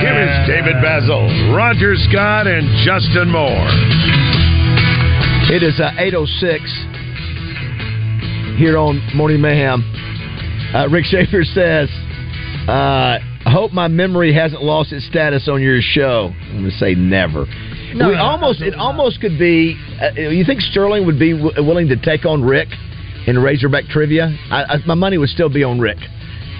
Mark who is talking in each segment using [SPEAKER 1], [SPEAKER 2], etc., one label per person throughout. [SPEAKER 1] Here is David Basil, Roger Scott, and Justin Moore.
[SPEAKER 2] It is uh, 8.06 here on Morning Mayhem. Uh, Rick Schaefer says, uh, I hope my memory hasn't lost its status on your show. I'm going to say never.
[SPEAKER 3] No,
[SPEAKER 2] we
[SPEAKER 3] no,
[SPEAKER 2] almost It almost could be, uh, you think Sterling would be w- willing to take on Rick in Razorback Trivia? I, I, my money would still be on Rick.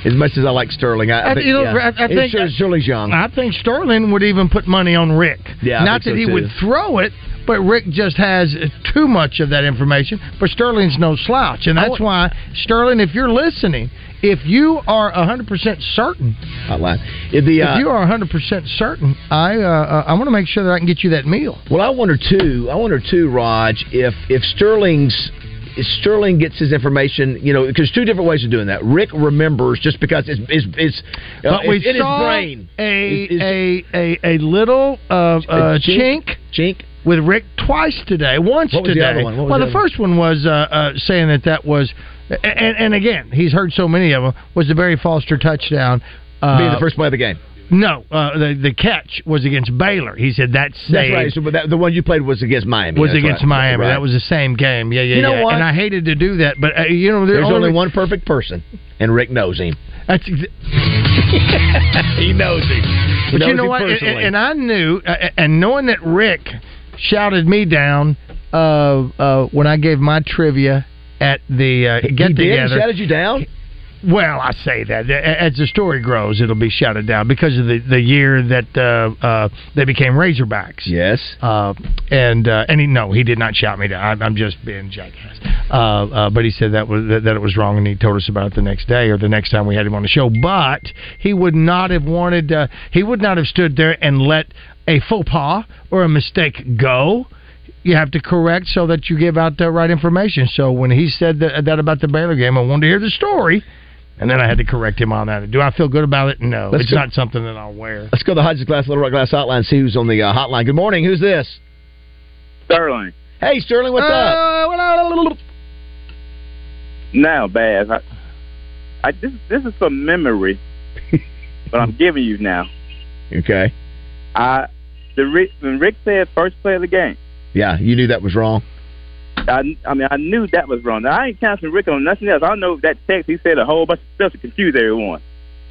[SPEAKER 2] As much as I like Sterling, I, I
[SPEAKER 3] I-
[SPEAKER 2] think,
[SPEAKER 3] you know,
[SPEAKER 2] yeah.
[SPEAKER 3] I- I think-
[SPEAKER 2] Sure, Sterling's young.
[SPEAKER 3] I think Sterling would even put money on Rick.
[SPEAKER 2] Yeah, I
[SPEAKER 3] Not that
[SPEAKER 2] think so,
[SPEAKER 3] he
[SPEAKER 2] too.
[SPEAKER 3] would throw it, but Rick just has too much of that information. But Sterling's no slouch, and that's why Sterling, if you're listening, if you are 100% certain,
[SPEAKER 2] Not lying. If the, uh,
[SPEAKER 3] if you are 100% certain, I uh, uh, I want to make sure that I can get you that meal.
[SPEAKER 2] Well, I wonder too. I wonder too, Raj, if if Sterling's if Sterling gets his information, you know, because two different ways of doing that. Rick remembers just because it's it's, it's uh,
[SPEAKER 3] But we
[SPEAKER 2] it's in his
[SPEAKER 3] saw
[SPEAKER 2] brain.
[SPEAKER 3] a
[SPEAKER 2] It's- it's-
[SPEAKER 3] a, a a little uh, uh,
[SPEAKER 2] chink?
[SPEAKER 3] chink,
[SPEAKER 2] chink
[SPEAKER 3] with Rick twice today. Once
[SPEAKER 2] What was the
[SPEAKER 3] today.
[SPEAKER 2] other one? What was
[SPEAKER 3] well,
[SPEAKER 2] the
[SPEAKER 3] the,
[SPEAKER 2] other one?
[SPEAKER 3] first one was uh, uh, saying that that was, a- and, and again, he's heard so many of them. Was the Barry Foster touchdown? Uh,
[SPEAKER 2] being the first play of the game.
[SPEAKER 3] No, uh, the the catch was against Baylor. He said that save
[SPEAKER 2] That's right. So, but that, the one you played was against Miami.
[SPEAKER 3] was
[SPEAKER 2] That's
[SPEAKER 3] against
[SPEAKER 2] right.
[SPEAKER 3] Miami.
[SPEAKER 2] Right.
[SPEAKER 3] That was the same game. Yeah, yeah,
[SPEAKER 2] You know
[SPEAKER 3] yeah.
[SPEAKER 2] what?
[SPEAKER 3] And I hated to do that, but uh, you know, there
[SPEAKER 2] There's only
[SPEAKER 3] only
[SPEAKER 2] one perfect person, and Rick knows him.
[SPEAKER 3] That's exa-
[SPEAKER 2] he knows him.
[SPEAKER 3] But you know what? And, and- and I knew, uh, and knowing that Rick shouted me down uh, uh, when I gave my trivia at the uh,
[SPEAKER 2] he
[SPEAKER 3] get
[SPEAKER 2] did. He
[SPEAKER 3] together.
[SPEAKER 2] shouted you down.
[SPEAKER 3] Well, I say that A- as the story grows, it'll be shouted down because of the, the year that uh, uh, they became Razorbacks.
[SPEAKER 2] Yes.
[SPEAKER 3] Uh, and uh, and he, no, he did not shout me down. I, I'm just being jackass. Uh, uh, but he said that was that, that it was wrong, and he told us about it the next day or the next time we had him on the show. But he would not have wanted. Uh, he would not have stood there and let a faux pas or a mistake go. You have to correct so that you give out the right information. So when he said that, that about the Baylor game, I wanted to hear the story, and then I had to correct him on that. Do I feel good about it? No,
[SPEAKER 2] Let's
[SPEAKER 3] it's
[SPEAKER 2] go-
[SPEAKER 3] not something that I'll wear.
[SPEAKER 2] Let's go to the Hodges Glass Little Rock Glass Hotline. See who's on the uh, hotline. Good morning. Who's this?
[SPEAKER 4] Sterling.
[SPEAKER 2] Hey, Sterling.
[SPEAKER 3] Uh,
[SPEAKER 2] What's up?
[SPEAKER 4] Now, Baz, I, I this this is some memory, but I'm giving you now.
[SPEAKER 2] Okay.
[SPEAKER 4] I the Rick when Rick said first play of the game.
[SPEAKER 2] Yeah, you knew that was wrong.
[SPEAKER 4] I, I mean, I knew that was wrong. Now, I ain't counting Rick on nothing else. I know that text he said a whole bunch of stuff to confuse everyone.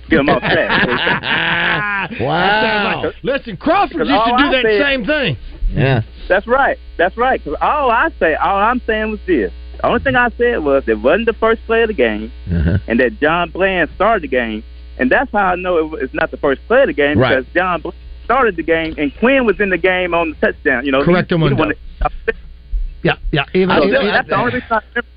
[SPEAKER 4] Get him off track.
[SPEAKER 2] Wow.
[SPEAKER 3] Listen, Crawford used
[SPEAKER 4] All
[SPEAKER 3] to do
[SPEAKER 4] I
[SPEAKER 3] that
[SPEAKER 4] said-
[SPEAKER 3] same thing.
[SPEAKER 2] Yeah.
[SPEAKER 4] That's right. That's right. 'Cause all I say, all I'm saying was this. The only thing I said was it wasn't the first play of the game,
[SPEAKER 2] Uh-huh.
[SPEAKER 4] and that John Bland started the game, and that's how I know it, wa- it's not the first play of the game
[SPEAKER 2] Right.
[SPEAKER 4] because John Bland started the game, and Quinn was in the game on the touchdown. You know,
[SPEAKER 3] Correct him
[SPEAKER 4] He,
[SPEAKER 3] on
[SPEAKER 4] he the one that-
[SPEAKER 3] Yeah, yeah. Even,
[SPEAKER 4] So
[SPEAKER 2] I still-
[SPEAKER 3] even-
[SPEAKER 4] that's the only reason I remember.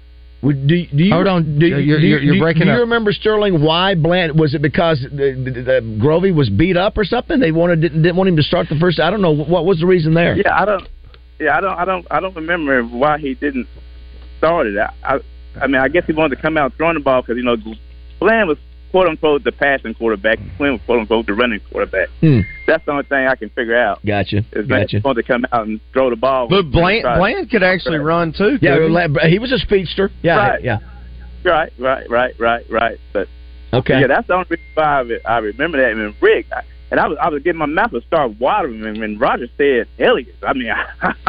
[SPEAKER 2] Would- Do, do you,
[SPEAKER 3] Hold on.
[SPEAKER 2] Do,
[SPEAKER 3] You're-
[SPEAKER 2] do-
[SPEAKER 3] you're-
[SPEAKER 2] do-
[SPEAKER 3] you're
[SPEAKER 2] do-
[SPEAKER 3] breaking
[SPEAKER 2] do you
[SPEAKER 3] up.
[SPEAKER 2] remember Sterling? Why Bland? Was it because the, the, the Grovey was beat up or something? They wanted didn't, didn't want him to start the first. I don't know what was the reason there.
[SPEAKER 4] Yeah, I don't. Yeah, I don't. I don't. I don't remember why he didn't start it. I. I, I mean, I guess he wanted to come out throwing the ball because you know, Bland was quote unquote the passing quarterback, and Quinn was quote unquote the running quarterback.
[SPEAKER 2] Hmm.
[SPEAKER 4] That's the only thing I can figure out
[SPEAKER 2] Gotcha.
[SPEAKER 4] is that
[SPEAKER 2] Gotcha.
[SPEAKER 4] he wanted to come out and throw the ball.
[SPEAKER 5] But Bland, Bland could actually run too.
[SPEAKER 2] Yeah,
[SPEAKER 5] couldn't he?
[SPEAKER 2] La- he was a speedster. Yeah.
[SPEAKER 4] Right.
[SPEAKER 2] Yeah.
[SPEAKER 4] Right, right, right, right, right. But
[SPEAKER 2] Okay.
[SPEAKER 4] yeah, that's the only reason why I, re- I remember that. And Rick, I, and I was I was getting my mouth to start watering when, when Roger said Elliott. I mean,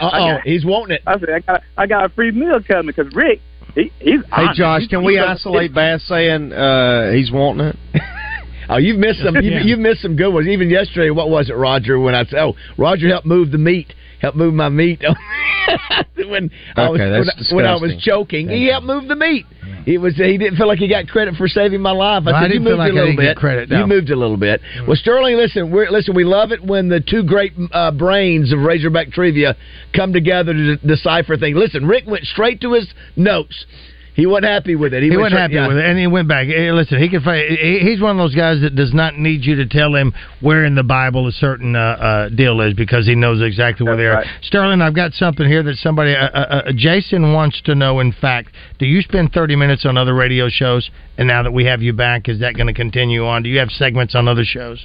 [SPEAKER 2] oh, he's wanting it.
[SPEAKER 4] I said I got I got a free meal coming because Rick, he, he's
[SPEAKER 5] Hey
[SPEAKER 4] honest.
[SPEAKER 5] Josh,
[SPEAKER 4] He-
[SPEAKER 5] can
[SPEAKER 4] he
[SPEAKER 5] we
[SPEAKER 4] doesn't-
[SPEAKER 5] isolate Bass saying uh, he's wanting it?
[SPEAKER 2] Oh, you've missed some. You've,
[SPEAKER 3] Yeah.
[SPEAKER 2] you've missed some good ones. Even yesterday, what was it, Roger? When I said, "Oh, Roger helped move the meat, helped move my meat." when I was,
[SPEAKER 5] Okay, that's
[SPEAKER 2] when, I- when I was
[SPEAKER 5] disgusting.
[SPEAKER 2] choking, he helped move the meat. It was he didn't feel like he got credit for saving my life. I
[SPEAKER 3] No,
[SPEAKER 2] said,
[SPEAKER 3] I
[SPEAKER 2] "You
[SPEAKER 3] didn't feel
[SPEAKER 2] moved
[SPEAKER 3] like
[SPEAKER 2] a
[SPEAKER 3] I
[SPEAKER 2] little
[SPEAKER 3] didn't
[SPEAKER 2] bit.
[SPEAKER 3] get credit,
[SPEAKER 2] You
[SPEAKER 3] no.
[SPEAKER 2] moved a little bit." Well, Sterling, listen, we're listen. We love it when the two great uh, brains of Razorback trivia come together to decipher things. Listen, Rick went straight to his notes. He wasn't happy with it.
[SPEAKER 3] He,
[SPEAKER 2] went
[SPEAKER 3] wasn't
[SPEAKER 2] straight-
[SPEAKER 3] happy
[SPEAKER 2] yeah.
[SPEAKER 3] with it, and he went back. Eh, listen, he can fight. he- He's one of those guys that does not need you to tell him where in the Bible a certain uh, uh, deal is because he knows exactly where they are. Sterling, I've got something here that somebody, uh, uh, uh, Jason, wants to know. In fact, do you spend thirty minutes on other radio shows? And now that we have you back, is that going to continue on? Do you have segments on other shows?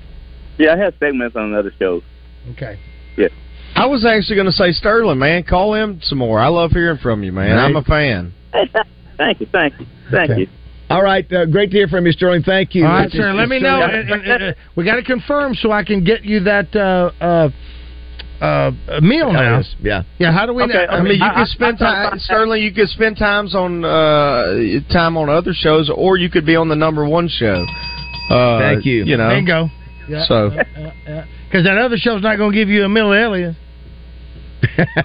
[SPEAKER 4] Yeah, I had segments on other shows.
[SPEAKER 3] Okay.
[SPEAKER 4] Yeah.
[SPEAKER 5] I was actually going to say Sterling, man. Call him some more. I love hearing from you, man.
[SPEAKER 2] Right.
[SPEAKER 5] I'm a fan.
[SPEAKER 4] Thank you, thank you, thank
[SPEAKER 2] Okay.
[SPEAKER 4] you.
[SPEAKER 2] All right, uh, great to hear from you, Sterling. Thank you.
[SPEAKER 3] All right,
[SPEAKER 2] It's-
[SPEAKER 3] sir.
[SPEAKER 2] it's-
[SPEAKER 3] Let me
[SPEAKER 2] it's
[SPEAKER 3] know.
[SPEAKER 2] Sterling.
[SPEAKER 3] And- and- and, uh, we got to confirm so I can get you that uh, uh, uh, meal now.
[SPEAKER 2] Yes, Yeah.
[SPEAKER 3] Yeah. How do we? know?
[SPEAKER 4] Okay,
[SPEAKER 5] I mean, you
[SPEAKER 4] I- I-
[SPEAKER 5] could spend
[SPEAKER 4] I- I-
[SPEAKER 5] time, Sterling. You could spend times on uh, time on other shows, or you could be on the number one show. Uh,
[SPEAKER 2] Thank you.
[SPEAKER 5] You know,
[SPEAKER 3] Bingo.
[SPEAKER 5] So-
[SPEAKER 2] Uh,
[SPEAKER 3] because that other show's not going to give you a meal, Elliot.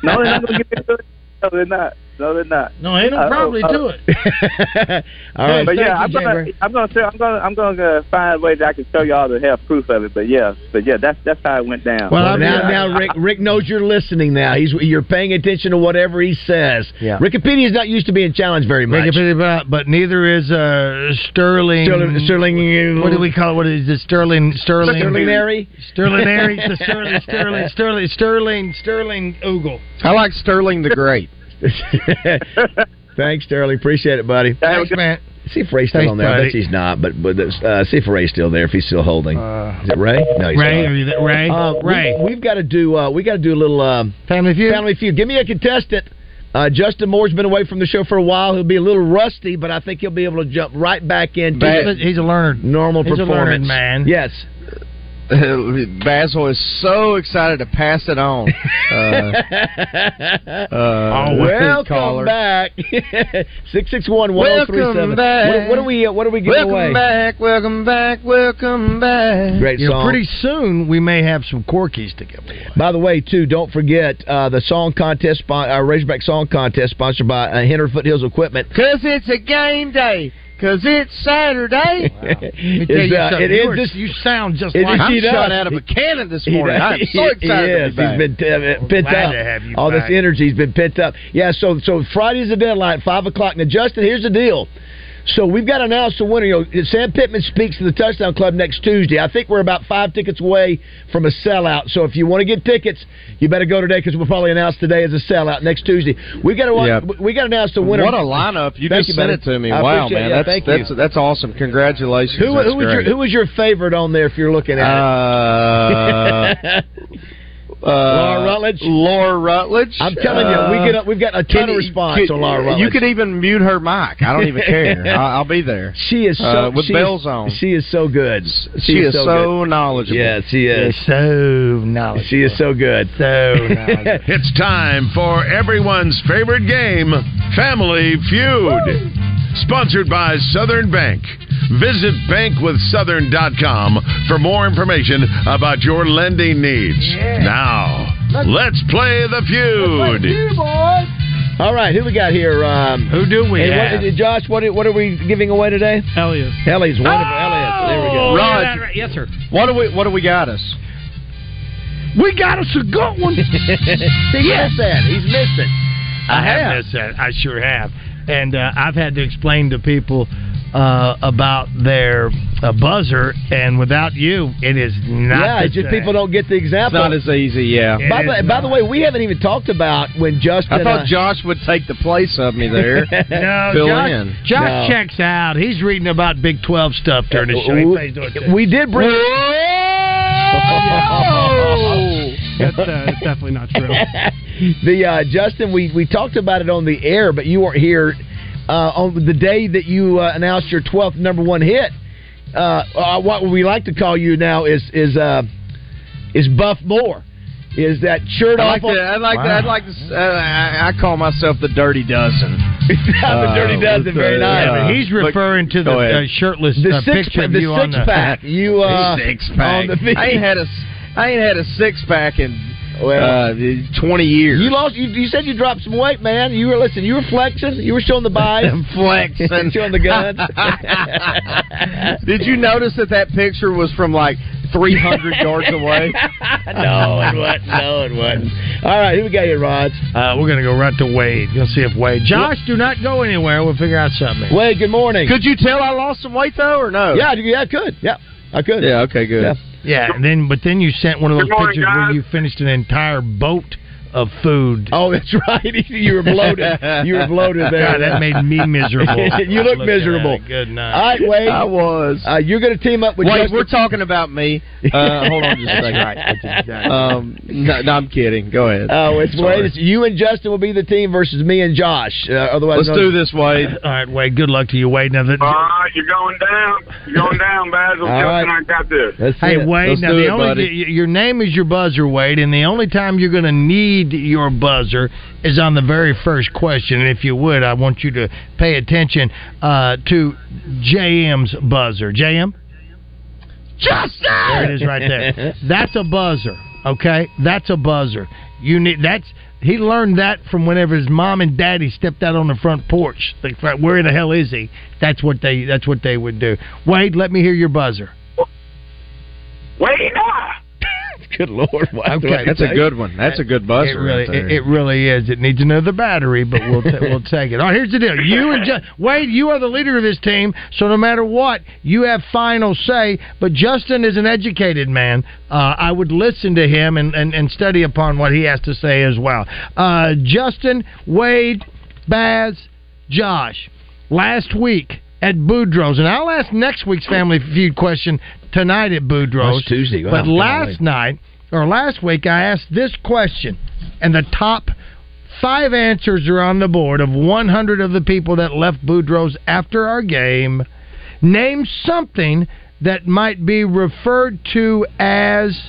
[SPEAKER 4] No, they're not gonna give me good. No, they're not. No, they're not.
[SPEAKER 3] No, ain't
[SPEAKER 2] Uh,
[SPEAKER 4] no Uh-oh, probably uh-oh.
[SPEAKER 3] it.
[SPEAKER 2] All right.
[SPEAKER 4] But yeah,
[SPEAKER 2] thank
[SPEAKER 4] I'm
[SPEAKER 2] you,
[SPEAKER 4] gonna,
[SPEAKER 2] Chamber.
[SPEAKER 4] I'm gonna, show, I'm gonna, I'm gonna uh, find a way that I can show y'all to have proof of it. But yeah, but yeah, that's that's how it went down.
[SPEAKER 3] Well,
[SPEAKER 2] Well,
[SPEAKER 3] I'm-
[SPEAKER 2] now, now Rick, Rick knows you're listening. Now he's you're paying attention to whatever he says.
[SPEAKER 5] Yeah.
[SPEAKER 2] Wikipedia is not used to being challenged very much.
[SPEAKER 3] But, but neither is uh, Sterling.
[SPEAKER 2] Sterling, Sterling,
[SPEAKER 3] What do we call it? What is it? Sterling. Sterling.
[SPEAKER 2] Sterlingary?
[SPEAKER 3] Sterling. Aries, the Sterling. Sterling. Sterling. Sterling. Sterling. Ogle.
[SPEAKER 5] I like Sterling the Great.
[SPEAKER 2] Thanks, Sterling. Appreciate it, buddy.
[SPEAKER 3] Thanks, man.
[SPEAKER 2] See if Ray's still
[SPEAKER 3] Thanks,
[SPEAKER 2] on there. I bet
[SPEAKER 3] buddy.
[SPEAKER 2] he's not, but but uh, see if Ray's still there. If he's still holding,
[SPEAKER 3] Uh,
[SPEAKER 2] is it Ray? No, he's
[SPEAKER 3] Ray.
[SPEAKER 2] not.
[SPEAKER 3] Are you there? Ray.
[SPEAKER 2] Uh, we-
[SPEAKER 3] Ray.
[SPEAKER 2] we've got to do uh, we got to do a little um,
[SPEAKER 3] Family Feud.
[SPEAKER 2] family feud. Give me a contestant. Uh, Justin Moore's been away from the show for a while. He'll be a little rusty, but I think he'll be able to jump right back into
[SPEAKER 5] Ba-
[SPEAKER 2] his
[SPEAKER 3] He's a- He's a learner.
[SPEAKER 2] normal
[SPEAKER 3] He's a
[SPEAKER 2] performance.
[SPEAKER 3] learning man.
[SPEAKER 2] Yes.
[SPEAKER 5] Basil is so excited to pass it on. Uh, uh,
[SPEAKER 2] Welcome
[SPEAKER 5] caller.
[SPEAKER 2] back. Six six one one zero three seven.
[SPEAKER 5] Welcome back.
[SPEAKER 2] What, what are we? Uh, what are we giving
[SPEAKER 5] Welcome
[SPEAKER 2] away?
[SPEAKER 5] back, welcome back, welcome back.
[SPEAKER 2] Great
[SPEAKER 3] You know,
[SPEAKER 2] song.
[SPEAKER 3] pretty soon we may have some corkies to give away.
[SPEAKER 2] By the way, too, don't forget uh, the song contest, spon- uh, Razorback Song Contest, sponsored by uh, Henry Foothills Equipment.
[SPEAKER 5] Cause it's a game day. Cause it's Saturday.
[SPEAKER 3] Let me tell
[SPEAKER 2] It's,
[SPEAKER 3] you
[SPEAKER 2] uh,
[SPEAKER 3] something.
[SPEAKER 2] it
[SPEAKER 3] You
[SPEAKER 2] is
[SPEAKER 3] are-
[SPEAKER 2] this-
[SPEAKER 3] You sound just
[SPEAKER 2] it
[SPEAKER 3] like
[SPEAKER 2] is-
[SPEAKER 5] I'm
[SPEAKER 2] He does.
[SPEAKER 5] shot out of a cannon this morning.
[SPEAKER 2] He-
[SPEAKER 5] I'm so excited
[SPEAKER 2] he
[SPEAKER 5] to
[SPEAKER 2] is.
[SPEAKER 5] be back.
[SPEAKER 2] He's been uh, pent
[SPEAKER 3] glad
[SPEAKER 2] up.
[SPEAKER 3] to have you
[SPEAKER 2] All
[SPEAKER 3] back.
[SPEAKER 2] this energy's been pent up. Yeah. So so Friday's the deadline, five o'clock. Now, Justin, here's the deal. So we've got to announce the winner. You know, Sam Pittman speaks to the Touchdown Club next Tuesday. I think we're about five tickets away from a sellout. So if you want to get tickets, you better go today because we'll probably announce today as a sellout next Tuesday. We got to
[SPEAKER 5] Yep.
[SPEAKER 2] we got to announce the winner.
[SPEAKER 5] What a lineup! You
[SPEAKER 2] Thank
[SPEAKER 5] just
[SPEAKER 2] you,
[SPEAKER 5] sent
[SPEAKER 2] buddy.
[SPEAKER 5] it to me.
[SPEAKER 2] I
[SPEAKER 5] wow,
[SPEAKER 2] appreciate it.
[SPEAKER 5] man,
[SPEAKER 2] Yeah,
[SPEAKER 5] that's
[SPEAKER 2] thank
[SPEAKER 5] that's
[SPEAKER 2] you.
[SPEAKER 5] that's awesome. Congratulations.
[SPEAKER 2] Who,
[SPEAKER 5] That's
[SPEAKER 2] who was your
[SPEAKER 5] great.
[SPEAKER 2] who was your favorite on there if you're looking at it?
[SPEAKER 5] Uh, uh, Laura
[SPEAKER 2] Rutledge?
[SPEAKER 5] Laura Rutledge.
[SPEAKER 2] I'm telling you, we get a, we've got a ton
[SPEAKER 5] can-
[SPEAKER 2] of response
[SPEAKER 5] can-
[SPEAKER 2] on Laura Rutledge.
[SPEAKER 5] You could even mute her mic. I don't even care. I, I'll be there.
[SPEAKER 2] she is so
[SPEAKER 5] uh, with
[SPEAKER 2] she
[SPEAKER 5] bells
[SPEAKER 2] is,
[SPEAKER 5] on.
[SPEAKER 2] She is so good.
[SPEAKER 5] She, is so,
[SPEAKER 2] good.
[SPEAKER 5] knowledgeable.
[SPEAKER 2] Yeah, she is.
[SPEAKER 3] It's so knowledgeable.
[SPEAKER 2] She is so good.
[SPEAKER 3] so knowledgeable.
[SPEAKER 1] It's time for everyone's favorite game, Family Feud. Sponsored by Southern Bank. Visit bankwithsouthern.com for more information about your lending needs. Now, let's play the feud.
[SPEAKER 2] All right, who we got here? Um,
[SPEAKER 3] Who do we
[SPEAKER 2] hey, what-
[SPEAKER 3] have?
[SPEAKER 2] uh, Josh, what are- what are we giving away today?
[SPEAKER 3] Elliot.
[SPEAKER 2] Ellie's wonderful. Elliot, there we go.
[SPEAKER 5] Rod.
[SPEAKER 3] Oh. Yes, sir.
[SPEAKER 5] Ah! What do we What do we got us?
[SPEAKER 3] We got us a good one.
[SPEAKER 2] See, yes, that he's missed it.
[SPEAKER 3] I have
[SPEAKER 5] have.
[SPEAKER 3] missed that. I sure have. And uh, I've had to explain to people uh, about their uh, buzzer, and without you, it is not.
[SPEAKER 2] yeah,
[SPEAKER 3] the
[SPEAKER 2] it's just
[SPEAKER 3] same.
[SPEAKER 2] people don't get the
[SPEAKER 5] It's
[SPEAKER 2] example.
[SPEAKER 5] not as easy. Yeah.
[SPEAKER 3] Yeah.
[SPEAKER 2] by,
[SPEAKER 3] It
[SPEAKER 2] the,
[SPEAKER 3] is
[SPEAKER 2] by the
[SPEAKER 3] not.
[SPEAKER 2] way, we haven't even talked about when Justin.
[SPEAKER 5] I
[SPEAKER 2] uh,
[SPEAKER 5] thought Josh would take the place of me there.
[SPEAKER 3] No,
[SPEAKER 5] Fill
[SPEAKER 3] Josh,
[SPEAKER 5] in.
[SPEAKER 3] Josh
[SPEAKER 2] No. Uh,
[SPEAKER 3] checks out. He's reading about Big Twelve stuff during the show. He plays those things.
[SPEAKER 2] we did bring.
[SPEAKER 6] That's, uh, that's definitely not true.
[SPEAKER 2] the uh, Justin, we, we talked about it on the air, but you weren't here uh, on the day that you uh, announced your twelfth number one hit. Uh, uh, what we like to call you now is is uh, is Buff Moore. Is that shirt
[SPEAKER 5] I
[SPEAKER 2] off?
[SPEAKER 5] like to. I like to.
[SPEAKER 3] Wow.
[SPEAKER 5] I'd like to. s- Uh, I, I call myself the Dirty Dozen.
[SPEAKER 2] the Dirty
[SPEAKER 5] Uh,
[SPEAKER 2] Dozen, very
[SPEAKER 5] uh,
[SPEAKER 2] nice.
[SPEAKER 3] Yeah, but he's
[SPEAKER 5] Look,
[SPEAKER 3] referring to the
[SPEAKER 5] go ahead.
[SPEAKER 3] uh, shirtless
[SPEAKER 2] the
[SPEAKER 3] uh,
[SPEAKER 2] six
[SPEAKER 3] picture
[SPEAKER 2] pack,
[SPEAKER 3] of
[SPEAKER 2] the
[SPEAKER 3] you on
[SPEAKER 2] six
[SPEAKER 3] the
[SPEAKER 2] pack. You uh,
[SPEAKER 5] six pack.
[SPEAKER 2] on the feed.
[SPEAKER 5] I ain't had a. s- I ain't had a six pack in
[SPEAKER 2] Well.
[SPEAKER 5] uh, twenty years.
[SPEAKER 2] you lost. You, you said you dropped some weight, man. You were listen. You were flexing. You were showing the buys.
[SPEAKER 5] and flexing.
[SPEAKER 2] Showing the guns.
[SPEAKER 5] Did you notice that that picture was from like 300 yards away.
[SPEAKER 2] no, it wasn't. No, it wasn't. All right, who we got here, Rods?
[SPEAKER 3] Uh, we're going to go right to Wade. You'll see if Wade. Josh, do not go anywhere. We'll figure out something.
[SPEAKER 2] Wade, good morning.
[SPEAKER 5] Could you tell I lost some weight though, or no?
[SPEAKER 2] Yeah, I- yeah, I could. Yeah, I could.
[SPEAKER 5] Yeah. Okay. Good.
[SPEAKER 2] Uh, Yeah.
[SPEAKER 3] Yeah, and then but then you sent one of
[SPEAKER 2] Good
[SPEAKER 3] those
[SPEAKER 2] morning,
[SPEAKER 3] pictures where
[SPEAKER 2] guys.
[SPEAKER 3] you finished an entire boat of food.
[SPEAKER 2] Oh, that's right. you were bloated. You were bloated there.
[SPEAKER 3] God, that made me miserable.
[SPEAKER 2] you look
[SPEAKER 3] Looking at
[SPEAKER 2] miserable.
[SPEAKER 3] it. Good night.
[SPEAKER 2] All right, Wade.
[SPEAKER 5] I was.
[SPEAKER 2] Uh, you're going to team up with
[SPEAKER 5] Wait,
[SPEAKER 2] Justin.
[SPEAKER 5] we're talking about me. Uh, hold on just a second. um, no, no, I'm kidding. Go ahead.
[SPEAKER 2] Oh, it's
[SPEAKER 5] Sorry.
[SPEAKER 2] Wade. It's you and Justin will be the team versus me and Josh. Uh, otherwise,
[SPEAKER 5] Let's do this, Wade.
[SPEAKER 3] All right, Wade. Good luck to you, Wade. Now that.
[SPEAKER 7] right, you're going down. You're going down, Basil.
[SPEAKER 3] All right.
[SPEAKER 7] Justin, I got this.
[SPEAKER 3] Hey Wade!
[SPEAKER 7] Let's
[SPEAKER 3] now
[SPEAKER 7] do
[SPEAKER 3] the
[SPEAKER 7] it,
[SPEAKER 3] only
[SPEAKER 7] buddy.
[SPEAKER 3] y- your name is your buzzer, Wade, and the only time you're going to need your buzzer is on the very first question. And if you would, I want you to pay attention uh, to JM's buzzer. JM,
[SPEAKER 8] Justin!
[SPEAKER 3] There it is right there. That's a buzzer. Okay? That's a buzzer. You need that's he learned that from whenever his mom and daddy stepped out on the front porch. Like where the hell is he? That's what they that's what they would do. Wade, let me hear your buzzer.
[SPEAKER 7] Wait up!
[SPEAKER 2] Good lord!
[SPEAKER 3] Okay.
[SPEAKER 5] that's a good one. That's a good buzzer.
[SPEAKER 3] It really,
[SPEAKER 5] right there.
[SPEAKER 3] it, it really is. It needs another battery, but we'll ta- we'll take it. All right, here's the deal. You and Ju- Wade, you are the leader of this team, so no matter what, you have final say. But Justin is an educated man. Uh, I would listen to him and, and, and study upon what he has to say as well. Uh, Justin, Wade, Baz, Josh, last week at Boudreaux's, and I'll ask next week's Family Feud question tonight at Boudreaux's.
[SPEAKER 2] That's Tuesday. Wow,
[SPEAKER 3] But
[SPEAKER 2] golly.
[SPEAKER 3] last night or last week, I asked this question, and the top five answers are on the board of 100 of the people that left Boudreaux's after our game. Name something that might be referred to as